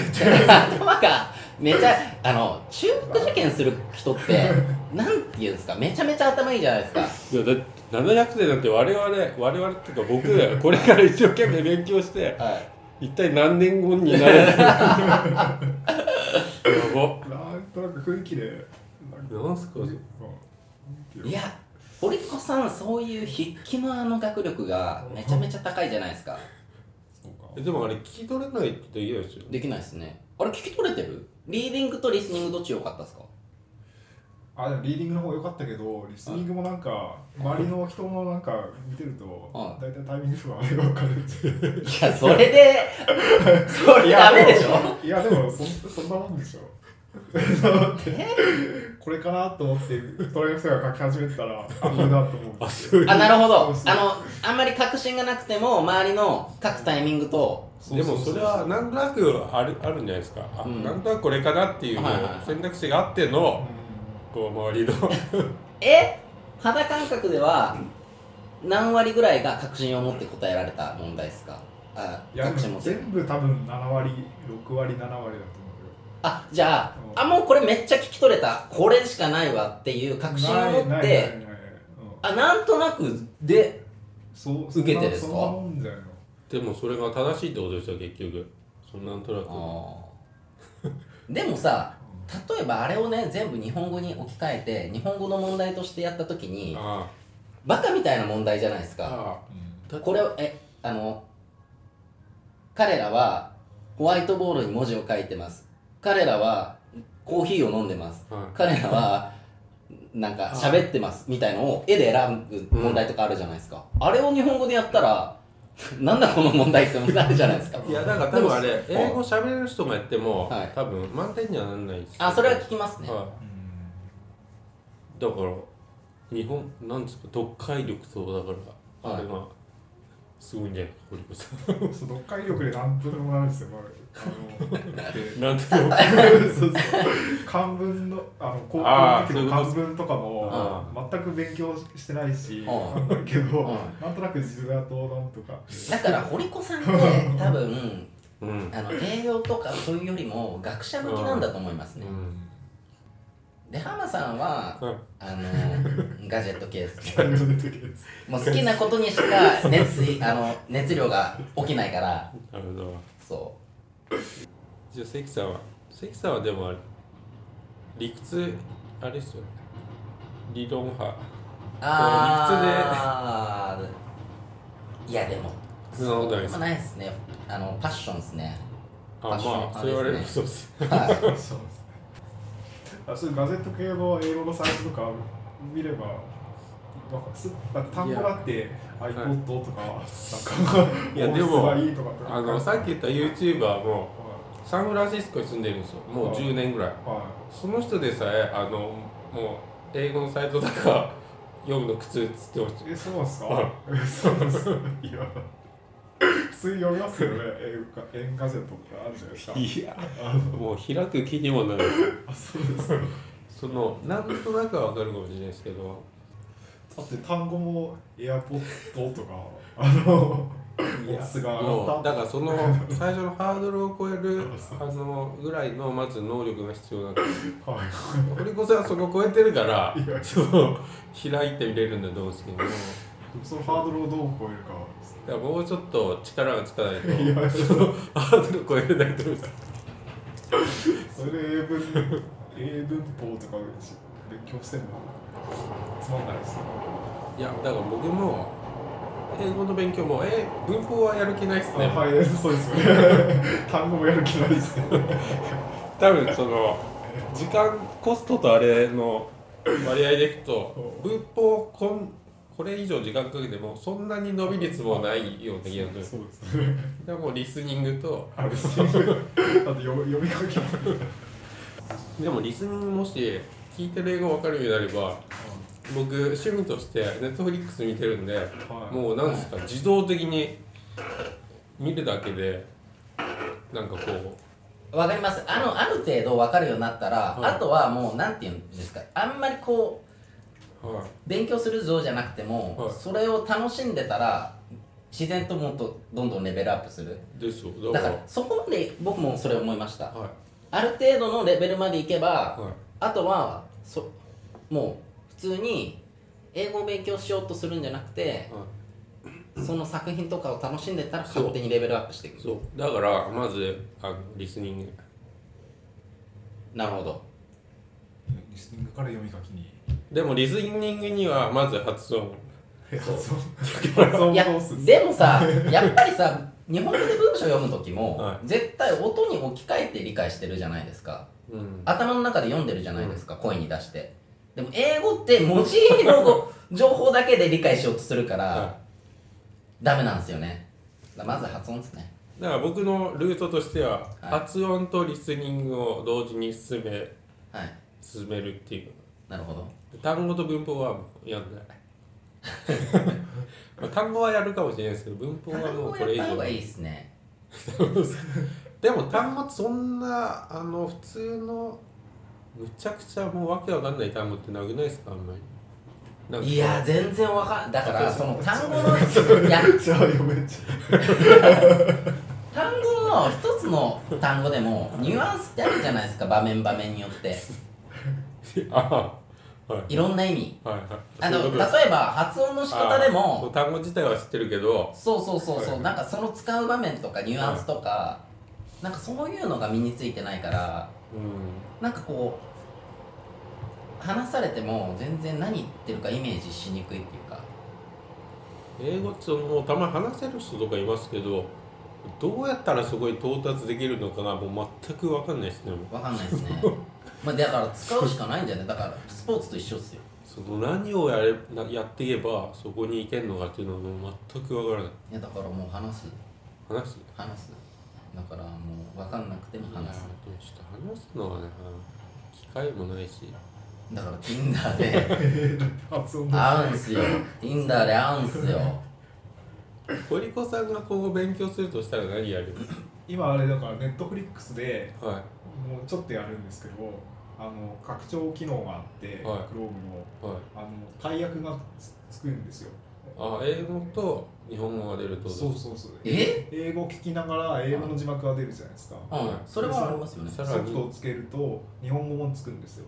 S1: あの頭がめちゃあの中学受験する人ってなんていうんですかめちゃめちゃ頭いいじゃないですか
S3: いやだって700点なんて我々我々っていうか僕これから一生懸命勉強して
S1: はい
S3: 一体何年後になる (laughs) やば
S2: たなんとなく雰囲気でなんか
S3: なんすか
S1: いや、堀子さん、そういう筆記のあの学力がめちゃめちゃ高いじゃないですか。
S2: そうか
S3: えでもあれ聞き取れないってできないですよ
S1: できないですね。あれ、聞き取れてるリーディングとリスニングどっち良かったですか
S2: あでもリーディングの方良かったけどリスニングもなんか周りの人のなんか見てると
S1: は
S2: 大体タイミングとかあれが分かる
S1: (laughs) いや、それで、 (laughs) それダメでしょ
S2: いやでもそんそんなもんでしょだってこれかなと思ってトライアスが書き始めたらあこれだと思う
S3: あそ
S1: (laughs)
S3: う
S1: あ、なるほど。
S2: そうそう
S1: あの、あんまり確信がなくても、周りの書くタイミングと、
S3: でもそれはなんとなくあるあるんじゃないですか、あ
S1: うん
S3: なんとなくこれかなっていう
S1: はいはいはい
S3: 選択肢があって
S2: うん
S3: のこう周りの (laughs)
S1: え肌感覚では、何割ぐらいが確信を持って答えられた問題ですかあ、
S2: いや
S1: 確
S2: で
S1: 信
S2: も
S1: 持って。
S2: 全部多分7割6割7割だと思うよ
S1: あじゃああもうこれめっちゃ聞き取れたこれしかないわっていう確信を持
S2: な
S1: っ
S2: いないない
S1: て
S2: ないうん
S1: あなんとなくで
S2: そう
S1: 受けてですか
S2: そんなもんじゃないの
S3: でもそれが正しいってことですよ結局そのなんとなく
S1: でもさ例えばあれをね全部日本語に置き換えて日本語の問題としてやった時に
S3: あ
S1: バカみたいな問題じゃないですか
S3: ああ
S1: これをえあの彼らはホワイトボードに文字を書いてます彼らはコーヒーを飲んでます
S3: はい
S1: 彼らはなんか喋ってますみたいのを絵で選ぶ問題とかあるじゃないですか、あれを日本語でやったらなんだこの問題ってなるじゃないですか
S3: いやだから多分あれ英語喋れる人もやっても、
S1: はい
S3: 多分満点にはならないですよ
S1: あそれは聞きますね、
S3: はだから日本なんですか読解力とだから、
S1: はい
S3: あれがすごいんじゃないか堀越さ
S2: うんそう読解力でなんとでもなるんですよ、まあ、あのだって
S3: んなんて読解
S2: そうそう (laughs) 漢文のあの高校
S3: あ
S2: の
S3: ー
S2: 時
S3: そういう
S2: の
S3: こと
S2: 漢文とかも全く勉強してないし
S1: うん
S2: だけ
S1: う
S2: ど
S1: ん
S2: なんとなく実画となんとか
S1: だから堀子さんって多分 (laughs)
S3: うん、
S1: あの栄養とかそういうよりも学者向きなんだと思います
S3: う
S1: ね、
S3: ん、
S1: で浜さんは
S3: うん
S1: あのガジェット系です
S2: あ
S1: ね
S2: れが出てきます
S1: もう好きなことにしか熱
S3: (laughs)
S1: いあの熱量が起きないから
S3: なるほど
S1: そ
S3: じゃあ関さんは関さんはでもあれ理屈あれですよね理論派
S1: うああいやでも
S3: そんなことない
S1: で
S3: です
S1: も
S3: あ
S1: ないですねあのパッションですね
S3: まあそう言われるとそ
S1: (laughs)
S3: うです
S1: は
S2: (laughs)
S1: い
S2: そうですねあそういうガゼット系の英語のサイトとか見ればなんかすなんか単語だって iPod とかなんか
S3: いや
S2: 音
S3: で
S2: 質
S3: も
S2: がいいとかとか
S3: あのさっき言った YouTuber も
S2: は
S3: サンフランシスコに住んでるんですよもう10年ぐらい
S2: いはい
S3: その人でさえあのもう英語のサイトとか読むの苦痛っつってました
S2: え、そうなんですか、
S3: はい
S2: え、そうなんですかいや、普通に読みますよね、英語か、演歌ゼットとかあるじゃないですか。
S3: いやもう開く気にもなる
S2: あ、そうです
S3: (laughs)
S2: か。だ
S3: そのなんとなくはわかるかもしれないですけど
S2: って単語もエアポッドとか、あの、
S3: いや
S2: オスが上が
S3: も
S2: っ
S3: う
S2: た。
S3: だからその最初のハードルを超えるあのぐらいのまず能力が必要なんで
S2: はい。
S3: 堀越さんはそこ超えてるから
S2: いや
S3: そう開いて見れるんだと思うんですけどだか
S2: そのハードルをどう超えるか。
S3: らもうちょっと力がつかないと
S2: いや
S3: そのハードルを超えれないと思うんです
S2: それで英文、英文法とかし勉強してんのつまんないですね。
S3: いやだから僕も英語の勉強もえ文法はやる気ないっす
S2: あ
S3: ね、
S2: はい、そうですよね。単語もやる気ないですね。
S3: 多分その時間コストとあれの割合でいくと文法こんこれ以上時間かけてもそんなに伸び率もないような気がする
S2: そうですね。
S3: でもリスニングと
S2: あれ、新聞あと読み書きも。
S3: でもリスニングもし聞いてる英語わかるようになれば僕趣味としてネットフリックス見てるんで
S2: はい
S3: もうなんですか自動的に見るだけでなんかこ
S1: わかりますあのある程度分かるようになったら、
S3: はい
S1: あとはもうなんていうんですかあんまりこう
S3: うはい
S1: 勉強するぞじゃなくても、
S3: はい
S1: それを楽しんでたら自然ともっとどんどんレベルアップする
S3: ですよ
S1: だ
S3: だか
S1: かららそこまで僕もそれ思いました
S3: はい
S1: ある程度のレベルまでいけば、
S3: は
S1: あとはそもう普通に英語を勉強しようとするんじゃなくて
S3: いは
S1: その作品とかを楽しんでたら
S3: そう
S1: 勝手にレベルアップしてい
S3: い
S1: く
S3: そうだからまずあのリスニング
S1: なるほど
S2: リスニングから読み書きに。
S3: でもリスニングにはまず発音
S2: 発音。発音
S1: いや
S2: どうするんです
S1: でもさやっぱりさ日本語で文章読む時も、
S3: は
S1: 絶対音に置き換えて理解してるじゃないですか
S3: うん
S1: 頭の中で読んでるじゃないですか、声に出してでも英語って文字のご情報だけで理解しようとするから、
S3: は
S1: ダメなんですよねだからまず発音ですね
S3: だから僕のルートとしては、
S1: はい
S3: 発音とリスニングを同時に進め
S1: はい
S3: 進めるっていう
S1: なるほど
S3: 単語と文法はもうやんない (laughs) まあ単語はやるかもしれないですけど文法はもうこれ
S1: 単語やっ
S3: 以
S1: た方
S3: 上
S1: がいいですね
S3: (laughs) でも単語ってそんなあの普通のむちゃくちゃもうわけわかんない単語ってなくないですかあんまりなんか
S1: いや全然わかんだからその単語のい (laughs) や
S2: かじゃあ読めちゃ
S1: 単語の一つの単語でもニュアンスってあるじゃないですか場面場面によって
S3: (laughs) ああはい
S1: いろんな意味
S3: はいはい
S1: あ
S3: そうい
S1: の例
S3: うことです
S1: えば発音の仕方で
S3: あそう
S1: も
S3: 単語自体は知ってるけど
S1: そうそうそうそ
S3: は
S1: う
S3: い
S1: なんかその使う場面とかニュアンスとかなんかそういうのが身についてないから
S3: うん
S1: なんかこう話されても全然何言ってるかイメージしにくいっていうか
S3: 英語そのたまに話せる人とかいますけどどうやったらそこに到達できるのかなもう全く分かんないですね
S1: わかんない (laughs) ですねまあだから使うしかないんじゃないだからスポーツと一緒っすよ
S3: その何をやれなやっていけばそこに行けるのかっていうのも全く分からない
S1: いやだからもう話す
S3: 話す
S1: 話すだからもう分かんなくても
S3: いや
S1: 話す
S3: でもちょっと話すのはね機会もないし
S1: だから Tinder で
S2: 発音
S1: 会うんすよ Tinder で会うんすよ
S3: 堀子さんが今後勉強するとしたら何やる
S2: 今あれだからネットフリックスで
S3: は
S2: もうちょっとやるんですけどあの拡張機能があって、
S3: はい
S2: Chrome の
S3: いはい
S2: あの解約がつつくんですよ
S3: あ英語と日本語が出るってこと
S2: そうそうそう
S1: え
S2: 英語聞きながら英語の字幕が出るじゃないですか
S1: うんそれはありますよね
S3: さ
S2: ソ
S3: ら
S2: フトを
S3: に
S2: つけると日本語もつくんですよ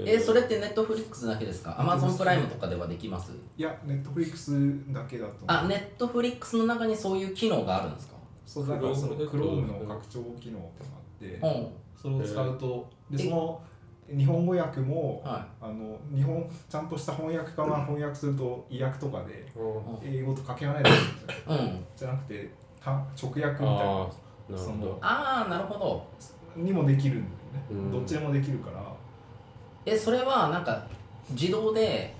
S1: えそれって Netflix だけですか Amazon プライムとかではできます
S2: いやネットフリックスだけだと思う
S1: あ Netflix の中にそういう機能があるんですか
S2: そうだからその
S3: Chrome で
S2: Chrome の拡張機能とかあって
S1: うん
S2: それを使うとで
S1: え
S2: その日本語訳も
S1: は
S2: あの日本ちゃんとした翻訳家 (laughs) が翻訳すると意訳とかで
S3: うん
S1: うん
S2: 英語とかけ離れてるんですよ
S1: いうん
S2: じゃなくてた直訳みたいな
S3: ああなる
S2: そ
S3: ほど
S2: の
S1: ああなるほど
S2: にもできるんだ
S3: う
S2: よね
S3: ん
S2: どっちでもできるから
S1: えそれはなんか自動で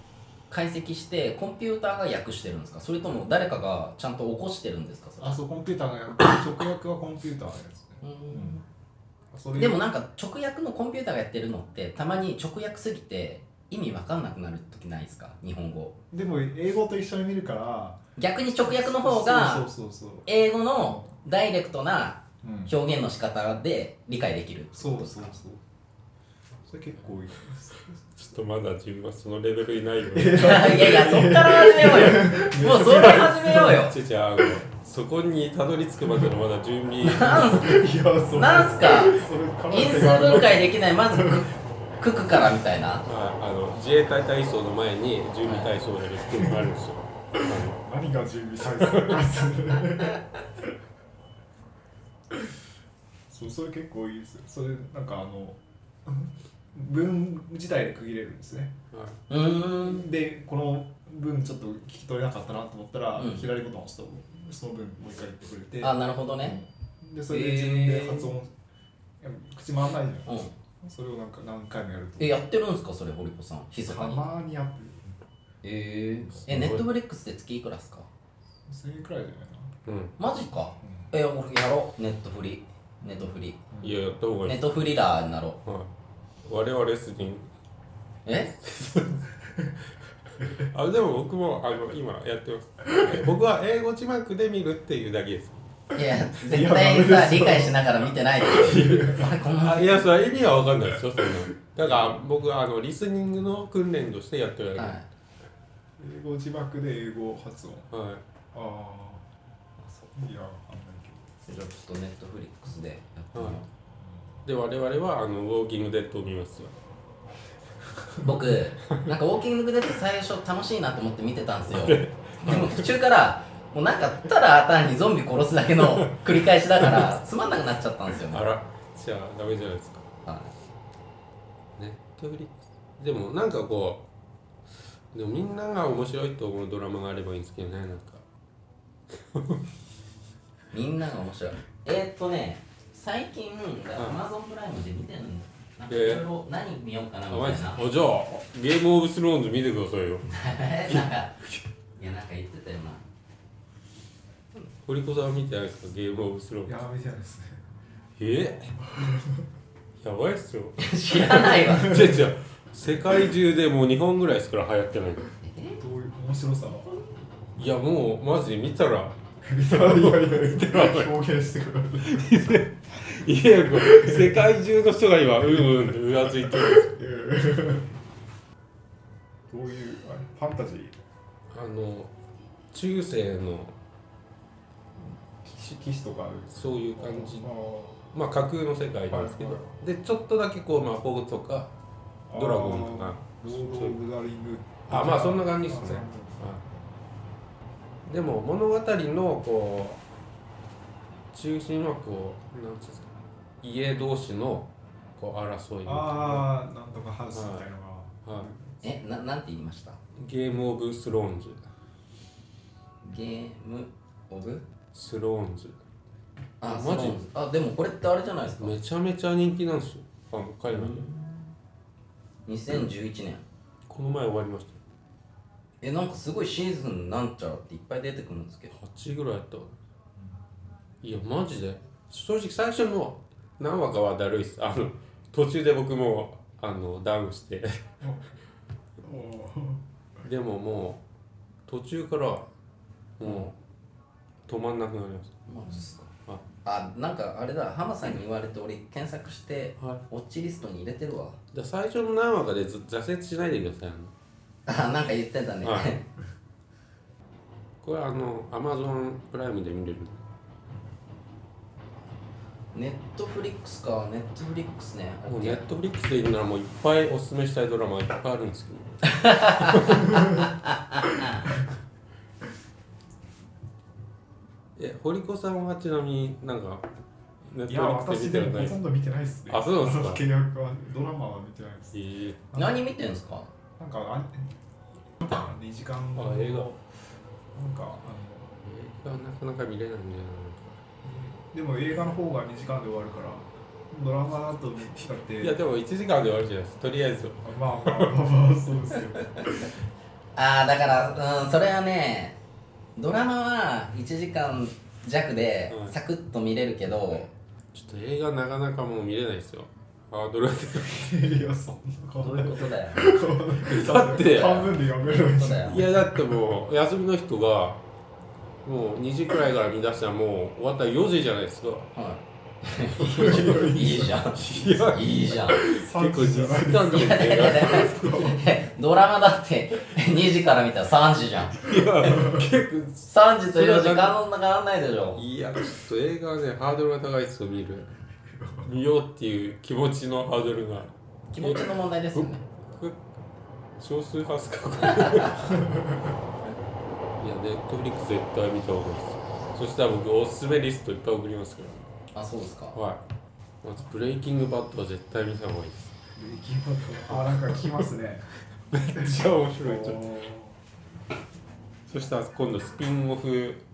S1: 解析してコンピューターが訳してるんですかそれとも誰かがちゃんと起こしてるんですかそれ
S2: あそうコンピューターがやる直訳はコンピューターのやつね
S1: う
S2: うん
S1: ん
S2: それ
S1: でもなんか直訳のコンピューターがやってるのってたまに直訳すぎて意味わかんなくなる時ないですか日本語
S2: でも英語と一緒に見るから
S1: 逆に直訳の方が
S2: そうそうそうそう
S1: 英語のダイレクトな
S2: うん
S1: 表現の仕方で理解できるって
S2: そう
S1: ことです
S2: そう
S1: か
S2: そう。それ結構いいです。
S3: ちょっとまだ自分はそのレベルにないよ
S1: い
S3: ね
S1: やいやそっから始めようよ (laughs) もうそれ始めようよ
S3: ちちゃんあのそこにたどり着くまでのまだ準備
S2: いや、それ
S1: なんすか
S2: それか
S1: 因数分解できないまずククからみたいな
S3: ああの自衛隊体操の前に準備体操をやるっていうのがあるんですよあ
S2: 何が準備されてるか。 (laughs) そう、それ結構いいですよ。それ、なんかあの、文自体で区切れるんですね。
S3: のはいう
S1: ーん
S2: で、この文ちょっと聞き取れなかったなと思ったら、
S1: うん
S2: 左ボタンを押すと、その文もう一回言ってくれて。
S1: あなるほどね
S2: で、それで自分で発音、いや口回らないじゃん。
S1: うん
S2: それをなんか何回もやると
S1: えやってるんですかそれ堀子さんひそ
S2: た
S1: かに
S2: まにやってる
S1: えー、え
S3: すご
S1: ネ
S3: い
S1: ットフリックスで月いくらっすか
S2: 1000円くらいじゃない
S3: うん
S1: マジか
S2: か
S1: え俺やろうネットフリネットフリ
S2: な、
S3: いややった方がいい
S1: ネットフリラーになろう
S3: はい、我々レスリング
S1: え
S3: あでも僕もあの今やってますえ僕は英語字幕で見るっていうだけです
S1: いや絶対
S2: いやダメ
S1: さ
S2: です
S1: 理解しながら見てないであれこんな
S3: あいやそれは意味は分かんないですよそんなのだから僕あのリスニングの訓練としてやってるだけ、
S1: はい
S2: 英語字幕で英語発音
S3: はい
S2: あ
S1: そう
S2: あいやわかんないけ
S1: じゃあちょっとネットフリックスでやってみよう
S3: はいで我々はあのウォーキングデッドを見ますよ
S1: 僕なんかウォーキングデッド最初楽しいなと思って見てたんですよでも途中からもうなんかただ単にゾンビ殺すだけ
S3: (laughs)
S1: の繰り返しだからつまんなくなっちゃったんですよね
S3: あらじゃあダメじゃないですか
S1: は
S3: ネットフリックスでもなんかこうでもみんなが面白いと思うドラマがあればいいんですけどねなんか
S1: いみんなが面白いえー、っとね最近 Amazon プライムで見てるのなんかいろいろ何見ようかな
S3: あ
S1: み
S3: マ
S1: たい
S3: ジっす
S1: な
S3: かあじゃあゲームオブスローンズ見てください
S1: (laughs) なん
S3: よ
S1: かいやなんか言ってたよな
S3: 堀子さんは見てないですかゲームオブスローン
S2: ど
S3: ズ
S2: いや見てないですね
S3: えやばいっすよ
S1: 知らないわ (laughs)
S3: 違う違う世界中でもう日本ぐらいですから流行ってない
S1: え
S2: どういう面白さはい
S3: やもうマジ見たら
S2: いやいやいや見て
S3: ない
S2: 表現してくれる
S3: いやこう世界中の人が今うんうんってうなずいてるんです
S2: どういうあれファンタジー
S3: あの中世の
S2: 騎士騎士とかある
S3: そういう感じ
S2: あ
S3: まあ架空の世界なんですけど、
S2: はい
S3: でちょっとだけこう魔法とか
S2: ー
S3: ドラゴンとか
S2: ロード・オブ・ザ・リング
S3: あまあそんな感じですねでも物語のこう中心はこうなんていうんですか家同士のこう争いみたいな
S2: ああなんとかハウスみたいなのが、
S3: はい
S1: えななんて言いました
S3: ゲームオブスローンズ
S1: ゲームオブ
S3: スローンズ
S1: あ
S3: マジ
S1: そうあでもこれってあれじゃないですか
S3: めちゃめちゃ人気なんですよあの海外で
S1: 2011年
S3: この前終わりました
S1: えなんかすごいシーズンなんちゃらっていっぱい出てくるんですけど
S3: 8ぐらいやったわいやマジで正直最初の何話かはだるいっすあの途中で僕もあのダウンしてでももう途中からもう止まんなくなりまし
S1: マジっすかあなんかあれだ浜さんに言われて俺検索して
S3: た、はい、
S1: ウォッチリストに入れてるわ
S3: じゃあ最初の何話かでず挫折しないでくださいあの
S1: あなんか言ってたね、 (laughs)
S3: はいこれあのアマゾンプライムで見れる
S1: ネットフリックスかネットフリックスね
S3: もうネットフリックスでいいならもういっぱいおすすめしたいドラマいっぱいあるんです (laughs) けどえ堀子さんはちなみになんかネッ
S2: い
S3: ト
S2: や、
S3: フリックスで
S2: 私
S3: 見て
S2: でもほ
S3: るのない
S2: とんど見てないっすね。
S3: あそうなんですか
S2: 契約は、ドラマは見てないです。
S3: え
S1: 何見てんすか
S2: なんか、あなんか2時間
S3: あ映画
S2: なんか、あの、
S3: ー、なかなか見れないんだよ
S2: でも映画の方が2時間で終わるから、ドラマだと見たって、
S3: ないやでも1時間で終わるじゃないですかとりあえずは
S2: まあまあまあまあ、そうですよ。
S1: ああだから、うん、それはねドラマは1時間弱で
S3: うん
S1: サクッと見れるけど、
S3: ちょっと映画なかなかもう見れないですよハードルが
S2: いや、そんなこと
S1: どう
S2: ない
S1: いうこと
S3: (laughs)
S1: だよ
S3: だって
S2: 半分でやめるん
S1: どう
S2: じ
S1: だ
S2: ゃ
S1: よ
S3: いやだってもう休みの人がもう2時くらいから見出したらもう終わったら4時じゃないですか
S1: はいい (laughs) いじゃん
S3: いや
S1: いいじゃん
S3: 結構実
S2: ない
S3: 時間かもしれない
S1: いやいやドラマだって2時から見たら3時じゃん
S3: 結
S1: 3時と4時間の変わんないでしょ
S3: 構いやちょっと映画はねハードルが高いですよ見る見ようっていう気持ちのハードルが
S1: 気持ちの問題ですよね
S3: 少数派っすかこれいやネットフリックス絶対見た方がいいですそしたら僕おすすめリストいっぱい送りますか
S1: あそうですから
S3: はいまずブレイキングバッドは絶対見た方がいいです
S2: あ、なんか聞きますね。
S3: めっちゃ面白いちょっと
S2: あ
S3: そしたら今度スピンオフ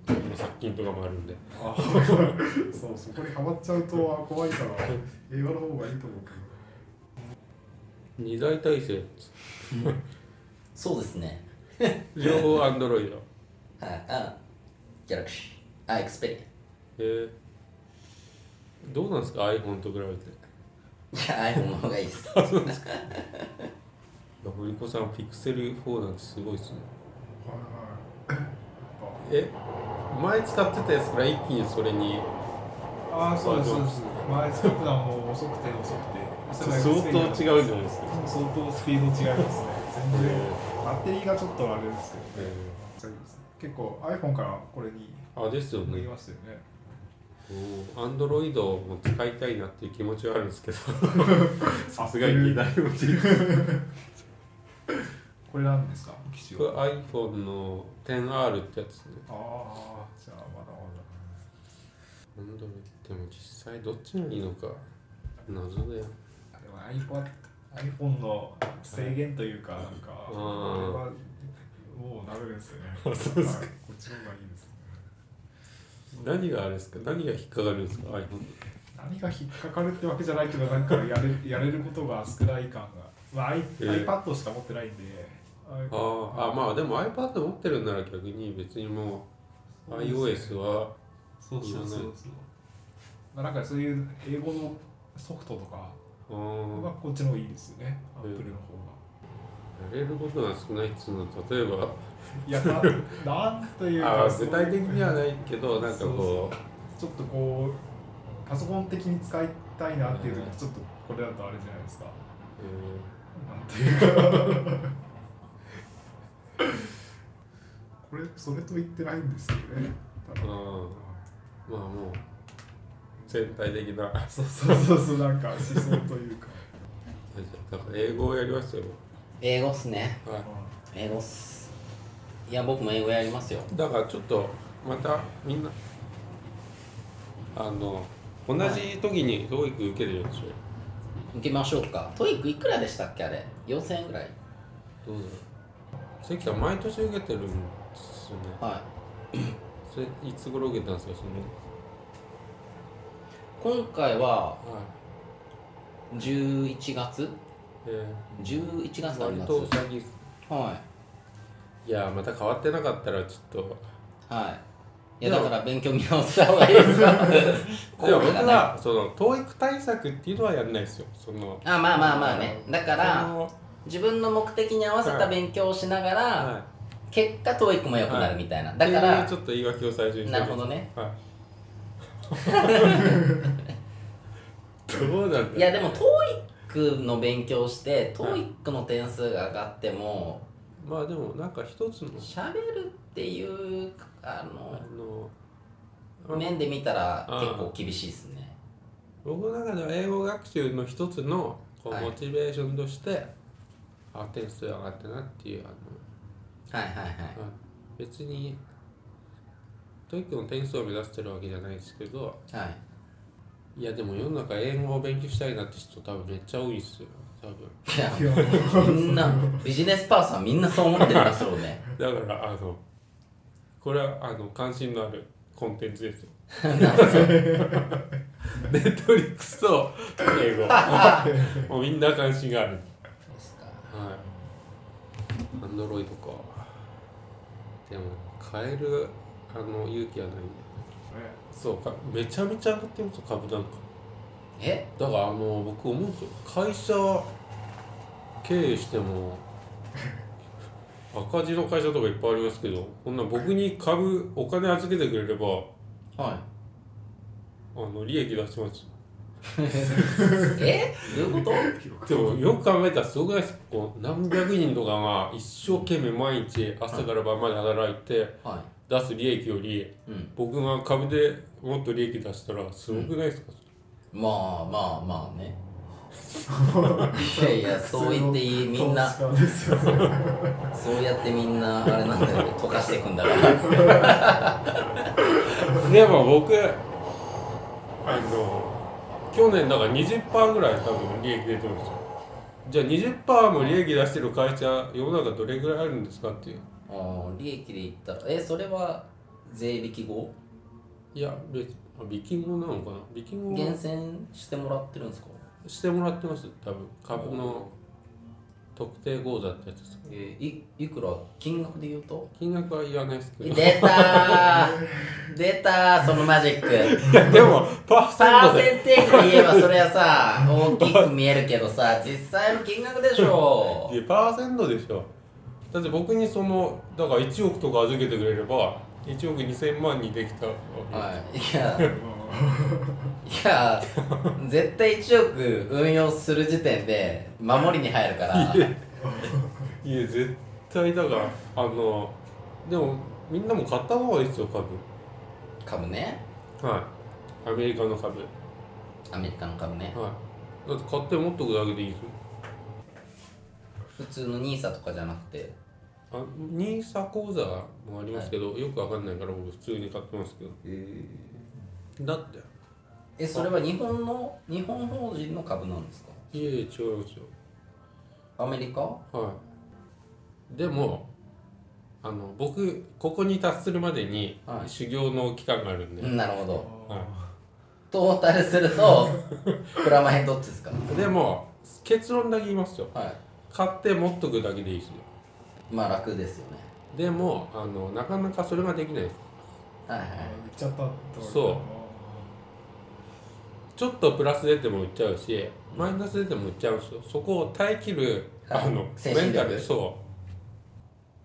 S3: の作品とかもあるんで
S2: そう、そこにハマっちゃうと怖いから、映画の方がいいと思う
S3: (laughs)
S2: けど。
S3: 二大体制
S1: そうですね
S3: 両方アンドロイド
S1: はいあギャラクシーあエクスペリ
S3: えー、どうなんですか iPhone と比べてい
S1: ア (laughs) いや iPhone の方がいいです
S3: や堀子さんピクセル4なんてすごいっすね
S2: はい
S3: え前使ってたやつから一気にそれ
S2: はい。
S3: に
S2: ああ、そうです、そうです。前使ってたのも遅くて遅くて。
S3: 相当違うじゃないですか、
S2: 相当スピード違いますね。全然。バッテリーがちょっとあれですけど。
S3: え
S2: 大丈夫です結構 iPhone からこれに
S3: ーあですよ
S2: 脱ぎ
S3: ね
S2: ますよね。
S3: アンドロイドも使いたいなっていう気持ちはあるんですけどさすがに二台持ち
S2: これなんですか機種
S3: これ
S2: は。あ
S3: iPhone の 10R ってやつね
S2: あ、じゃあまだまだ。
S3: アンドロイドでも実際どっちがいいのか謎だ
S2: で
S3: よ
S2: も iPod iPhone の制限というか、なんか、これはもうなめるんですよね。 (laughs) そうですか。こっちの方がいいです。
S3: 何があれですか何が引っかかるんですか iPhone
S2: 何が引っかかるってわけじゃないけど、なんかやれ (laughs) やれることが少ない感が。まあ、I
S3: えー
S2: iPad しか持ってないんで。
S3: あーあまあでも iPad 持ってるんなら逆に別にもう iOS は
S2: そうそうそう
S3: い
S2: そう
S3: らない。
S2: まあ、なんかそういう英語のソフトとか
S3: あ
S2: は
S3: ー
S2: こっちの方がいいですよね。
S3: え
S2: Apple
S3: ー
S2: の方が。
S3: やれることが少ないっつうの例えば
S2: いや、ななん (laughs) という
S3: あ
S2: か。
S3: ー具体的にはないけどなんかこ
S2: ちょっとこうパソコン的に使いたいなっていう時、
S3: うん
S2: ちょっとこれだとあれじゃないですか。
S3: う、
S2: なんていうかこれそれと言ってないんですよね。
S3: え
S2: 多
S3: ー
S2: 分
S3: あーまあもう全体的なだか
S2: そうそうそうそうなんか思想というか。
S3: ら英語をやりますよ、
S1: 英語っすね
S3: は
S1: 英語っすいや僕も英語やりますよ
S3: い、だからちょっとまたみんなあの同じ時に TOEIC 受けるでしょ、
S1: 受けましょうかトイックいくらでしたっけあれ4000円ぐらい
S3: どうだろう関さん毎年受けてるんですよね
S1: はい
S3: それいつ頃受けたんですかその
S1: 今回は
S3: はい
S1: 11月
S3: え
S1: 11月か
S3: ー、
S1: 2
S3: 割
S1: 月
S3: と最近
S1: はい
S3: やまた変わってなかったらちょっと
S1: いはいいやだから勉強見直した方がいいですよ
S3: いや僕
S1: 効果がない
S3: はその教育対策っていうのはやらないですよその
S1: あまあまあまあねだか
S3: そ
S1: ら
S3: の
S1: 自分の目的に合わせた勉強をしながら、
S3: は
S1: 結果 TOEIC も良くなるみたいな、
S3: い
S1: だか
S3: っていう
S1: ら
S3: ちょっと言い訳を最初に
S1: なるほどね (laughs)
S3: はいどうなんだ
S1: いやでも TOEIC の勉強して
S3: はい
S1: TOEIC の点数が上がっても
S3: まあでもなんか一つの
S1: 喋るっていうあ
S3: あの
S1: の面で見たら結構厳しいですね
S3: 僕の中では英語学習の一つのこ
S1: は
S3: う
S1: い
S3: モチベーションとして、あ点数上がったなっていうあの
S1: はいはいはい
S3: うん別にトイックの点数を目指してるわけじゃないですけど
S1: はい
S3: いやでも世の中英語を勉強したいなって人多分めっちゃ多いっすよ多
S1: い
S3: 分
S1: やみんなビジネスパーソンはみんなそう思ってるんだそうね
S3: だからあのこれはあの関心のあるコンテンツ (laughs) ですよネットリックスと英語 (laughs) もうみんな関心がある
S1: ですか
S3: はいアンドロイドかでも変えるあの勇気はないんだよそうかめちゃめちゃ上がってますよ株なんか
S1: え
S3: だからあの僕思うんですよ会社経営しても赤字の会社とかいっぱいありますけどこんな僕に株お金預けてくれれば
S1: は
S3: あの利益出します
S1: いえどういうこと
S3: でもよく考えたらすごくないですかこう何百人とかが一生懸命毎日朝から晩まで働いて
S1: は
S3: 出す利益より
S1: いうん
S3: 僕が株でもっと利益出したらすごくないですか、
S1: まあまあまあねいやいやそう言っていいみんな
S2: 投資家ですよね
S1: そうやってみんなあれなんだよ溶かしていくんだから (laughs)
S3: でも僕あの去年だから20%ぐらい多分利益出てましたよじゃあ20%も利益出してる会社世の中どれぐらいあるんですかっていう
S1: あー利益で言ったらえそれは税引き後
S3: いや別にあビキングなのかなビキング
S1: 厳選してもらってるんですか、
S3: してもらってます多分株の特定口座ってやつです
S1: えーいいくら金額で言うと
S3: 金額は言わないですけど
S1: 出たー (laughs) 出たーそのマジック
S3: いやでもパーセン
S1: パ
S3: ト
S1: ー
S3: で
S1: センテージで言えばそれは (laughs) さ大きく見えるけどさ実際の金額でしょ
S3: いやパーセントでしょだって僕にそのだから1億とか預けてくれれば1億2000万にできたわけ
S1: はいいやいや絶対1億運用する時点で守りに入るから
S3: いや絶対だからあのでもみんなも買った方がいいですよ株
S1: 株ね
S3: はいアメリカの株は
S1: アメリカの株ね
S3: いだって買って持っとくだけでいいですよ
S1: 普通の NISA とかじゃなくて
S3: あ NISA 口座もありますけど、よくわかんないから僕普通に買ってますけどだって
S1: えそれは日本の日本法人の株なんですか
S3: いえいえ違いますよ
S1: アメリカ
S3: はいでもあの僕ここに達するまでに
S1: はい
S3: 修行の期間があるんで、
S1: うんなるほど
S3: は
S1: トータルする (laughs) とプラマイどっちですか
S3: い、でも結論だけ言いますよ
S1: は
S3: 買って持っとくだけでいいですよ
S1: いまあ楽ですよね
S3: でもあのなかなかそれができないです
S1: はいはい
S2: 言っちゃったって
S3: そうちょっとプラス出ても売っちゃうしマイナス出ても売っちゃうんですよそこを耐え切る、
S1: はい
S3: あの
S1: 精
S3: メ
S1: 神力
S3: ンタルそ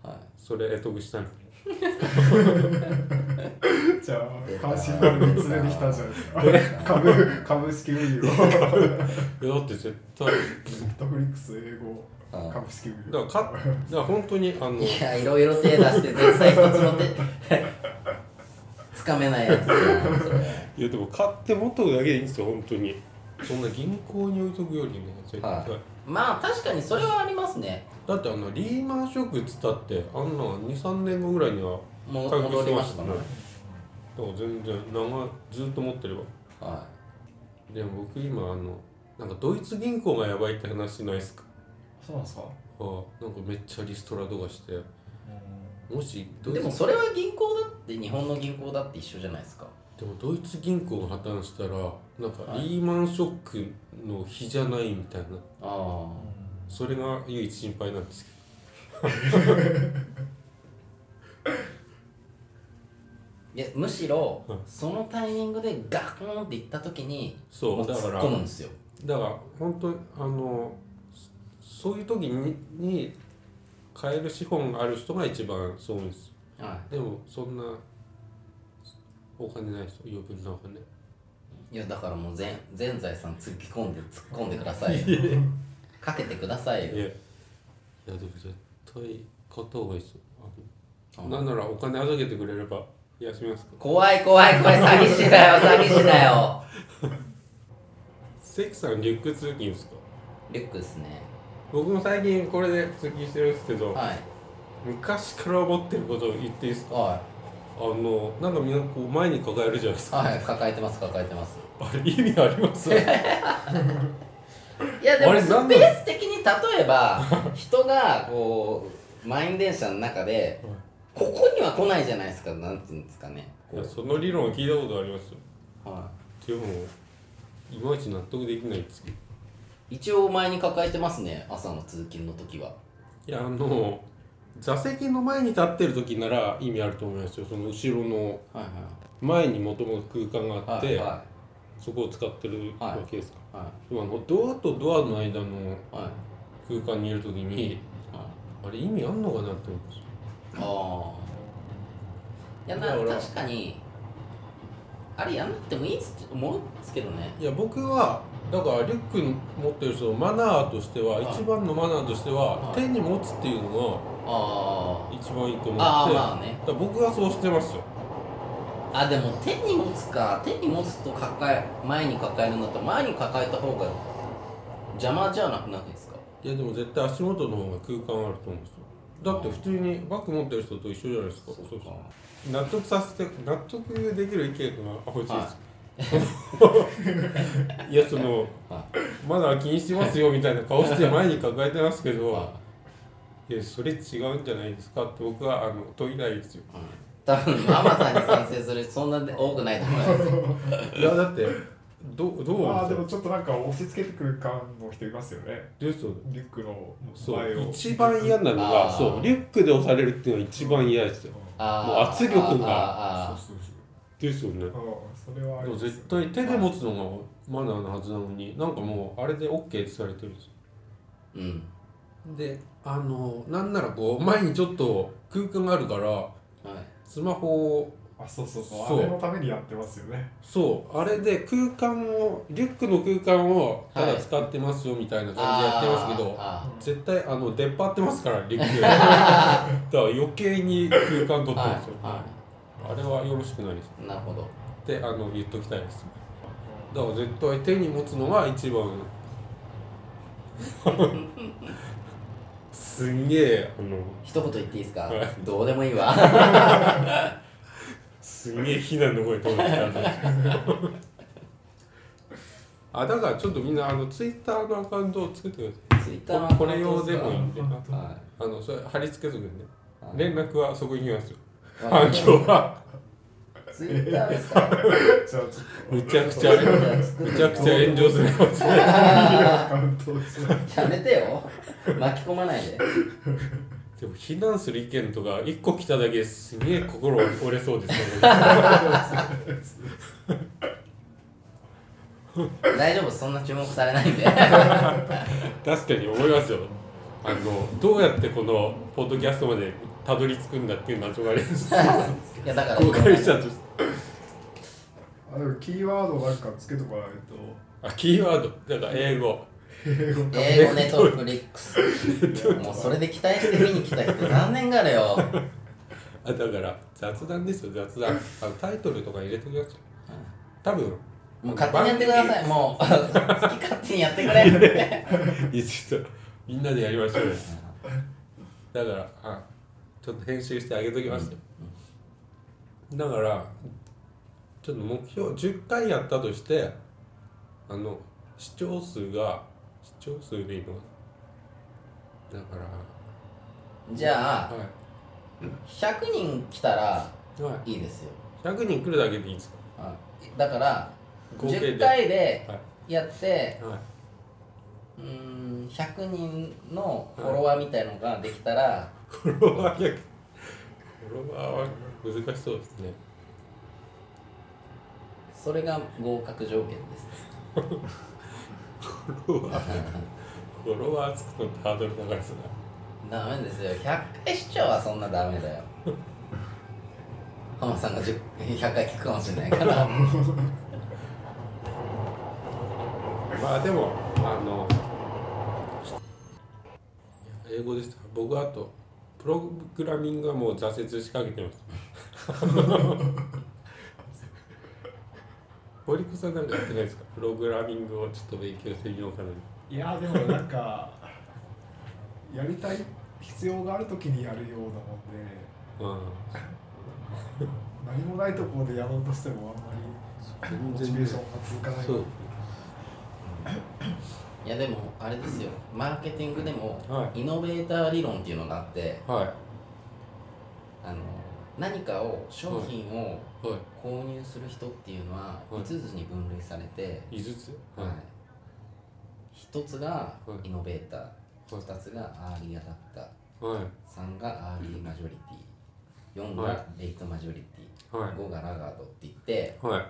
S3: う
S1: は
S3: それ得得したの
S2: じゃあ関心の見つめてきたんじゃないですか株株式メニューを
S3: いやだって絶対だか
S2: ネットフリックス英語
S1: あ
S2: 株式メニュ
S3: ら
S2: ー
S3: かだから本当にあの
S1: いいやいろいろ手出して絶対一つの手 (laughs) つかめないやつだなそれ
S3: いやでも買って持っとくだけでいいんですよ本当にそんな銀行に置いとくよりね絶対、
S1: はいまあ確かにそれはありますね
S3: だってあのリーマンショックっつったってあんな23年後ぐらいには
S1: も
S3: 回復
S1: 戻
S3: して
S1: りま
S3: ま
S1: し
S3: した
S1: ね
S3: たねだから全然長いずっと持ってれば
S1: は
S3: でも僕今あのなんかドイツ銀行がやばいって話ないっすか
S2: そうなんですか
S3: あなんかめっちゃリストラとかしてもしドイ
S1: で
S3: ツ
S1: もそれは銀行だって日本の銀行だって一緒じゃないですか
S3: でもドイツ銀行が破綻したらなんかリーマンショックの日じゃないみたいな
S1: あ
S3: それが唯一心配なんですけ
S1: あいやむしろ
S3: うん
S1: そのタイミングでガコンっていった時に
S3: そう
S1: もう突っ
S3: だから
S1: 込むんですよ
S3: どだから本当にあのそそういう時にに買える資本がある人が一番そうです
S1: は
S3: でもそんなお金ない人余分なお金
S1: いいやだからもう全全財産突っ込んで突っ込んでくださいよかけてください
S3: い
S1: よ
S3: やいやでも絶対買った方がいいですよあの
S1: うん
S3: なんならお金預けてくれれば休みますか
S1: 怖い怖い怖い詐欺師だよ詐欺師だよ
S3: 関さんリュック通勤ですか
S1: リュックですね
S3: 僕も最近これで通勤してるんですけど、
S1: はい
S3: 昔から思ってることを言っていいですか
S1: は
S3: あのなんかみんなこう前に抱えるじゃないです
S1: い
S3: か
S1: はい抱えてます抱えてます
S3: あれ意味あります (laughs) はい
S1: いやでも
S3: あれ
S1: スペ
S3: なんなの
S1: ース的に例え
S3: (laughs)
S1: ば人がこう満員電車の中でここには来ないじゃないですかなんていうんですかね
S3: い
S1: こ
S3: やその理論を聞いたことありますよ
S1: う、は
S3: でもいまいち納得できないんですけど
S1: い、一応前に抱えてますね朝の通勤の時はい
S3: やあの座席の前に立ってる時なら意味あると思いますよその後ろの
S1: はい
S3: 前にもともと空間があ
S1: は
S3: っ
S1: い
S3: て、
S1: はいは
S3: そこを使ってるわけですか、
S1: いは
S3: でもあのドアとドアの間
S1: い
S3: の
S1: はい
S3: 空間にいる時に
S1: はい
S3: あれ意味あんのかなって思います
S1: ああいやな
S3: だから
S1: 確かにあれやんなくてもいいっす思うんですけどね
S3: いや僕はだからリュック持ってる人のマナーとしては、
S1: はい
S3: 一番のマナーとして
S1: は
S3: は、
S1: い
S3: 手に持つっていうの
S1: あ
S3: が一番いいと思って
S1: ーあーまあね
S3: だから僕はそうしてますよ
S1: あでも手に持つか手に持つと抱え前に抱えるんだったら前に抱えた方が邪魔じゃなくないですか
S3: いやでも絶対足元の方が空間あると思うんですよだって普通にバッグ持ってる人と一緒じゃないですかそうそう納得させて納得できる意見が欲しいです、
S1: はい
S3: やその
S1: は
S3: マナー気にしてますよみたいな顔して前に抱えてますけ
S1: い
S3: ど、
S1: はい
S3: やそれ違うんじゃないですかって僕はあの問いたいですよ
S1: いうん多分ママさんに賛成する人そんなで多くないと思います
S3: (laughs)
S1: よ
S3: いやだってどどう
S2: まあ
S3: 思
S2: で
S3: う
S2: も
S3: んで
S2: ちょっとなんか押し付けてくる感の人いますよね
S3: すよ
S2: リュックの
S3: そう
S2: 前を
S3: 一番嫌なの
S1: あ
S3: が
S1: ー
S3: そうリュックで押されるっていうのが一番嫌ですよ
S1: あー
S3: もう圧力が
S1: あーあー
S2: そうそう
S3: ですよねで
S2: そううんそれはあり
S3: も
S2: ますよ
S3: 絶対手で持つのがマナーのはずなのになんかもうあれで OK ってされてるんですよ
S1: うん
S3: であのなんならこう前にちょっと空間があるから
S1: はい
S3: スマホを
S2: あそうそうそう
S3: そう
S2: あれのためにやってますよね
S3: そうあれで空間をリュックの空間をただ使ってますよみたいな感じでやってますけど、
S1: あ
S3: 絶対あの出っ張ってますからリ
S1: (laughs)
S3: ュックだから余計に空間取 (laughs)
S1: ー
S3: ってま
S1: あ
S3: すよ
S1: ー、はいは
S3: あれはよろしくないです
S1: いなるほど
S3: ってあの言っときたいですだから絶対手に持つのが
S1: (laughs)
S3: 一番すんげえあの
S1: 一言言っていいですか、
S3: はい
S1: どうでもいい
S3: (laughs)
S1: わ
S3: すんげえ非難の声飛んできたんであだからちょっとみんなあのツイッターのアカウントを作ってください
S1: ツイッターのアカ
S3: こ
S1: ウント
S3: れ用でもいいんで
S2: は
S1: は
S3: あのそれ貼り付けとくんで
S1: いはい
S3: 連絡はそこに行きますよ
S1: わかり
S3: 反
S1: ました
S3: 響は
S1: ツイッターです
S3: (laughs)
S1: か
S2: じゃあちょっと
S3: むちゃくちゃむちゃくちゃ炎上するかもしれない
S2: アカウントを作って
S1: やめてよ巻き込まないで
S3: でも非難する意見とか一個来ただけですげえ心折れそうですよね
S1: 大丈夫そんな注目されないんで
S3: 確かに思いますよあのどうやってこのポッドキャストまでたどり着くんだっていう謎があります (laughs)
S1: いやだから
S3: 公開したとして
S2: あでもキーワードなんかつけとかないと
S3: あキーワードだから英語
S2: 英語が
S1: 英語ネトフリックスもうそれで期待して見に来た人残念がるよ
S3: あだから雑談ですよ雑談あのタイトルとか入れてください多分
S1: もう勝手にやってくださいもう好き勝手にやってくれ
S3: いやちょっとみんなでやりましょうよだからあちょっと編集してあげときますよ、だからちょっと目標10回やったとしてあの視聴数が視聴数でいいのだから
S1: じゃあ
S3: はい
S1: 100人来たら
S3: はい
S1: いですよ
S3: 100人来るだけでいいんですか
S1: だから
S3: 合計で
S1: 10回でやって
S3: は
S1: うーん100人のフォロワーみたいのができたら
S3: いフォロワー100フォロワーは難しそうですね
S1: それが合格条件です
S3: フォロワーフォロワーつくのってハードル高いですね
S1: ダメですよ100回視聴はそんなダメだよ浜田さんが10 100回聞くかもしれないから
S3: まあでもあの英語でした僕はあとプログラミングはもう挫折しかけてます堀子さんなんかやってないですかプログラミングをちょっと勉強してみようかなみたいない
S2: やでもなんかやりたい必要があるときにやるようなもんで
S3: う
S2: 何もないところでやろうとしてもあんまり
S3: ん、
S2: モチベーションが続かない
S3: そう
S1: いやでもあれですよマーケティングでも
S3: は
S1: イノベーター理論っていうのがあって
S3: は
S1: あの何かを商品を
S3: いは
S1: 購入する人っていうのは
S3: はい
S1: 5つに分類されて、
S3: い5つ
S1: はい1つが
S3: はい
S1: イノベーター、
S3: はい
S1: 2つがアーリーアダプター
S3: いはい
S1: 3がアーリーマジョリティ4
S3: は
S1: がレイトマジョリティ、
S3: はい
S1: 5がラガードって言って
S3: はい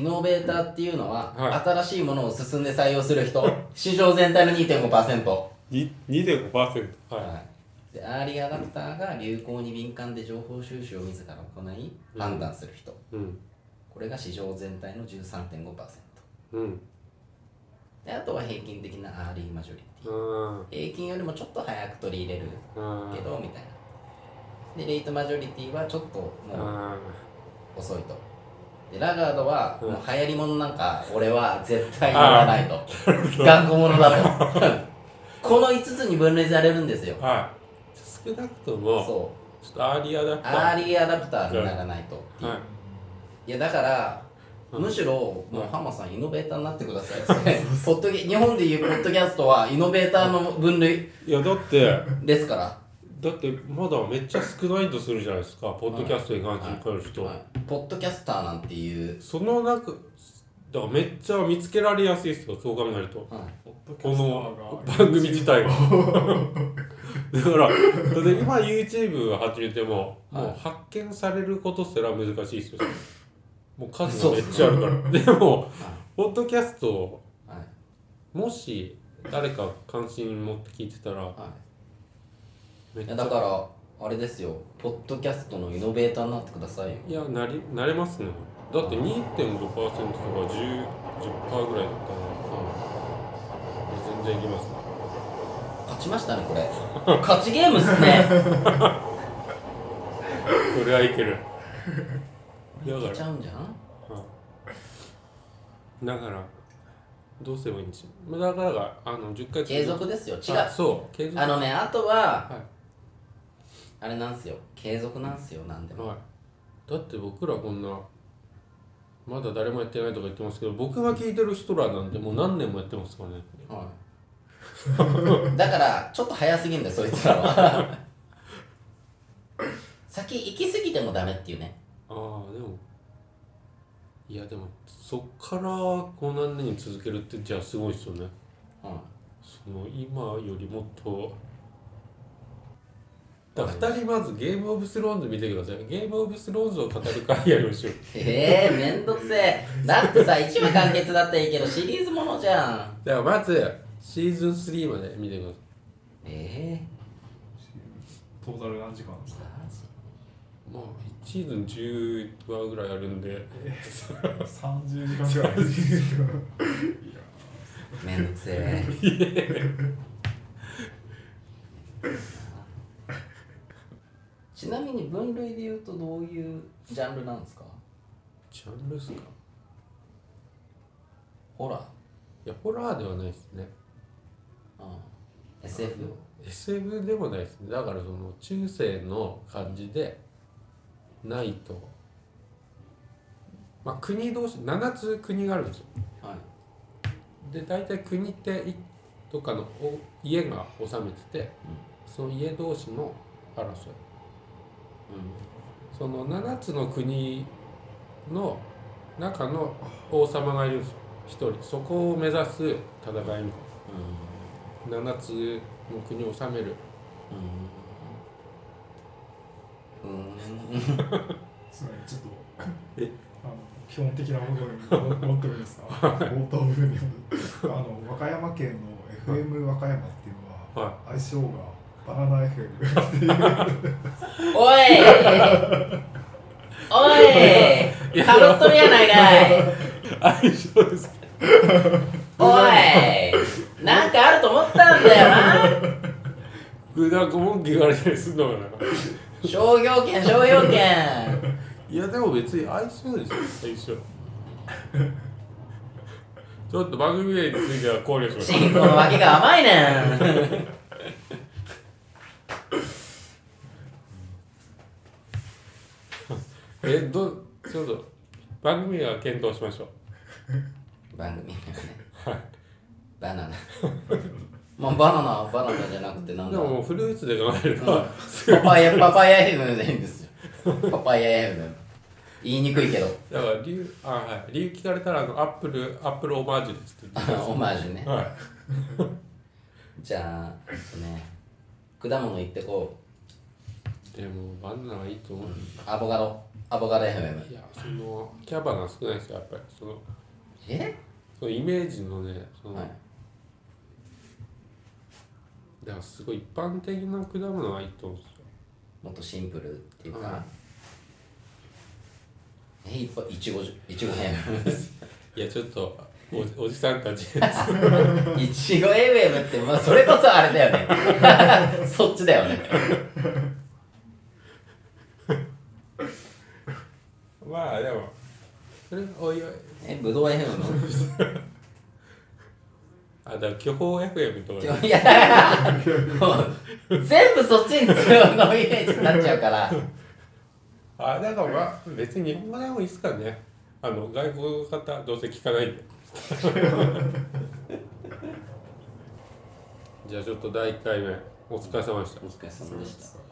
S1: イノベーターっていうのは、
S3: はい
S1: 新しいものを進んで採用する
S3: (laughs)
S1: 人市場全体の2.5%、は
S3: に2.5%はい
S1: い、でアーリーアダプターが流行に敏感で情報収集を自ら行い判断する人、
S3: うん
S1: これが市場全体の13.5%
S3: うん
S1: であとは平均的なアーリーマジョリテ
S3: う
S1: ィ
S3: んうん
S1: 平均よりもちょっと早く取り入れるけどみたいなでレイトマジョリティはちょっと
S3: う
S1: もうん遅いとでラガードは
S3: うん
S1: もう流行りものなんか俺は絶対やらないと頑固者だ
S3: (laughs)
S1: とこの5つに分類されるんですよ
S3: はい少なくとも
S1: そ
S3: ちょっとアーリーアダ
S1: う
S3: プター
S1: アーリーアダプターにならないとっていう、
S3: はい
S1: いやだから、
S3: うん
S1: むしろもう浜さんイノベーターになってくださいポッドキ日本でいうポッドキャストはイノベーターの分類
S3: いやだって
S1: ですから
S3: だってまだめっちゃ少ないとするじゃないですかポッドキャストに関心る人、
S1: はいポッドキャスターなんていう、
S3: その中だからめっちゃ見つけられやすいですよそう考えると
S1: は
S2: ポッドキ
S3: こ
S2: ャスタ
S3: の
S2: ーが
S3: 番組自
S2: (laughs)
S3: 体がだからだって今 YouTube を始めても、
S1: はい
S3: もう発見されることすら難し
S1: (laughs)
S3: いですよもう数がめっちゃあるからでもポッドキャストを
S1: いはい
S3: もし誰か関心持って聞いてたら
S1: は
S3: め
S1: い、
S3: っ
S1: い
S3: ち
S1: や
S3: ゃ
S1: だからあれですよポッドキャストのイノベーターになってくださいよ
S3: いやなりなれますねだって2.5%とか 10%, 10ぐらいだったら全然いきますね
S1: 勝ちましたねこれ勝ちゲームっすね
S3: これはいけるだ
S1: いけち
S3: か
S1: ゃうんじゃん
S3: ら、うんだからどうすればいいんでしょうだからあの10回続け
S1: 継続ですよ違う
S3: あそう継続
S1: あのねあとは
S3: はい
S1: あれなんすよ継続なんすよなんでも、
S3: はい、だって僕らこんなまだ誰もやってないとか言ってますけど僕が聞いてる人らなんてもう何年もやってますからね
S1: はいだからちょっと早すぎんだよそいつらは先行き過ぎてもダメっていうね
S3: ああでもいやでもそっからこう何年続けるってじゃあすごいですよね
S1: うん
S3: その今よりもっとだから2人まずゲームオブスローンズ見てくださいゲームオブスローンズを語る会やりましょう
S1: ええー、めんどくせえだってさ1話完結だったらいいけどシリーズものじゃん
S3: だからまずシーズン3まで見てくださ
S1: ええ
S2: トータル何時間です
S1: ー、
S2: か
S1: マジ
S3: いまあ1シーズン10話ぐらいあるんで
S2: 30時間ぐらいいや
S1: めんどくせえちなみに分類で言うとどういうジャンルなんですか
S3: ジャンルっすか
S1: ホラー
S3: いやホラーではないですね
S1: うん SF?
S3: SF でもないですねだからその中世の感じでないとまあ国同士7つ国があるんですよ
S1: はい
S3: で大体国っていどっかのお家が治めてて、その家同士の争いその7つの国の中の王様がいるんですよ一人そこを目指す戦いみたいな7つの国を治める
S1: うんうんうん
S2: すみません、ちょっと。
S3: え
S2: あの基本的な部分に持ってもいいですか冒頭部分にあの和歌山県の FM 和歌山っていうのは
S3: は
S2: 相性がバナナ FM っていう
S1: おいおいかぶっとるやないかい
S3: い (laughs) 相性です
S1: おいなんかあると思ったんだよな
S3: グダコ文句言われたりするのかな
S1: 商業権商業権
S3: いやでも別に相性でしょ相性ちょっと番組名については考慮しましょ
S1: 進行のわけが甘いねん
S3: うえどうちょっと番組名は検討しましょう
S1: 番組名はねバ (laughs) ナナまあバナナはバナナじゃなくてなん
S3: で
S1: だ
S3: ももうフルーツで考えれば
S1: パパイヤパパイヤ FM でいいんですよパパイヤ FM 言いにくいけど (laughs)
S3: だから理由あはい理由聞かれたらあのアップルアップルオマージュですって言って
S1: オマージュね
S3: は
S1: じゃあえっとね果物いってこ
S3: いでもバナナはいいと思う、
S1: うアボカドアボカド FM
S3: いやそのキャバが少ないですよやっぱりその
S1: え
S3: そのイメージのねその、
S1: はい
S3: だからすごい一般的な果物はいいと思うんですよ
S1: もっとシンプルっていうか、
S3: は
S1: えいっぱいいちごじいちご FM
S3: いやちょっとおおじさんた
S1: い
S3: ち
S1: ちご FM って、まあ、それこそあれだよね (laughs) そっちだよね
S3: (laughs) まあでもそれおいおい
S1: えぶどう FM
S3: あだから巨峰 FM とかね
S1: のいやもう全部そっちに強いのイメージになっちゃうから
S3: あだから、まあ、別に日本語でもいいっすからねあの外国の方どうせ聞かないんで (laughs) じゃあちょっと第1回目お疲れ様でした
S1: お疲れ様でした
S2: か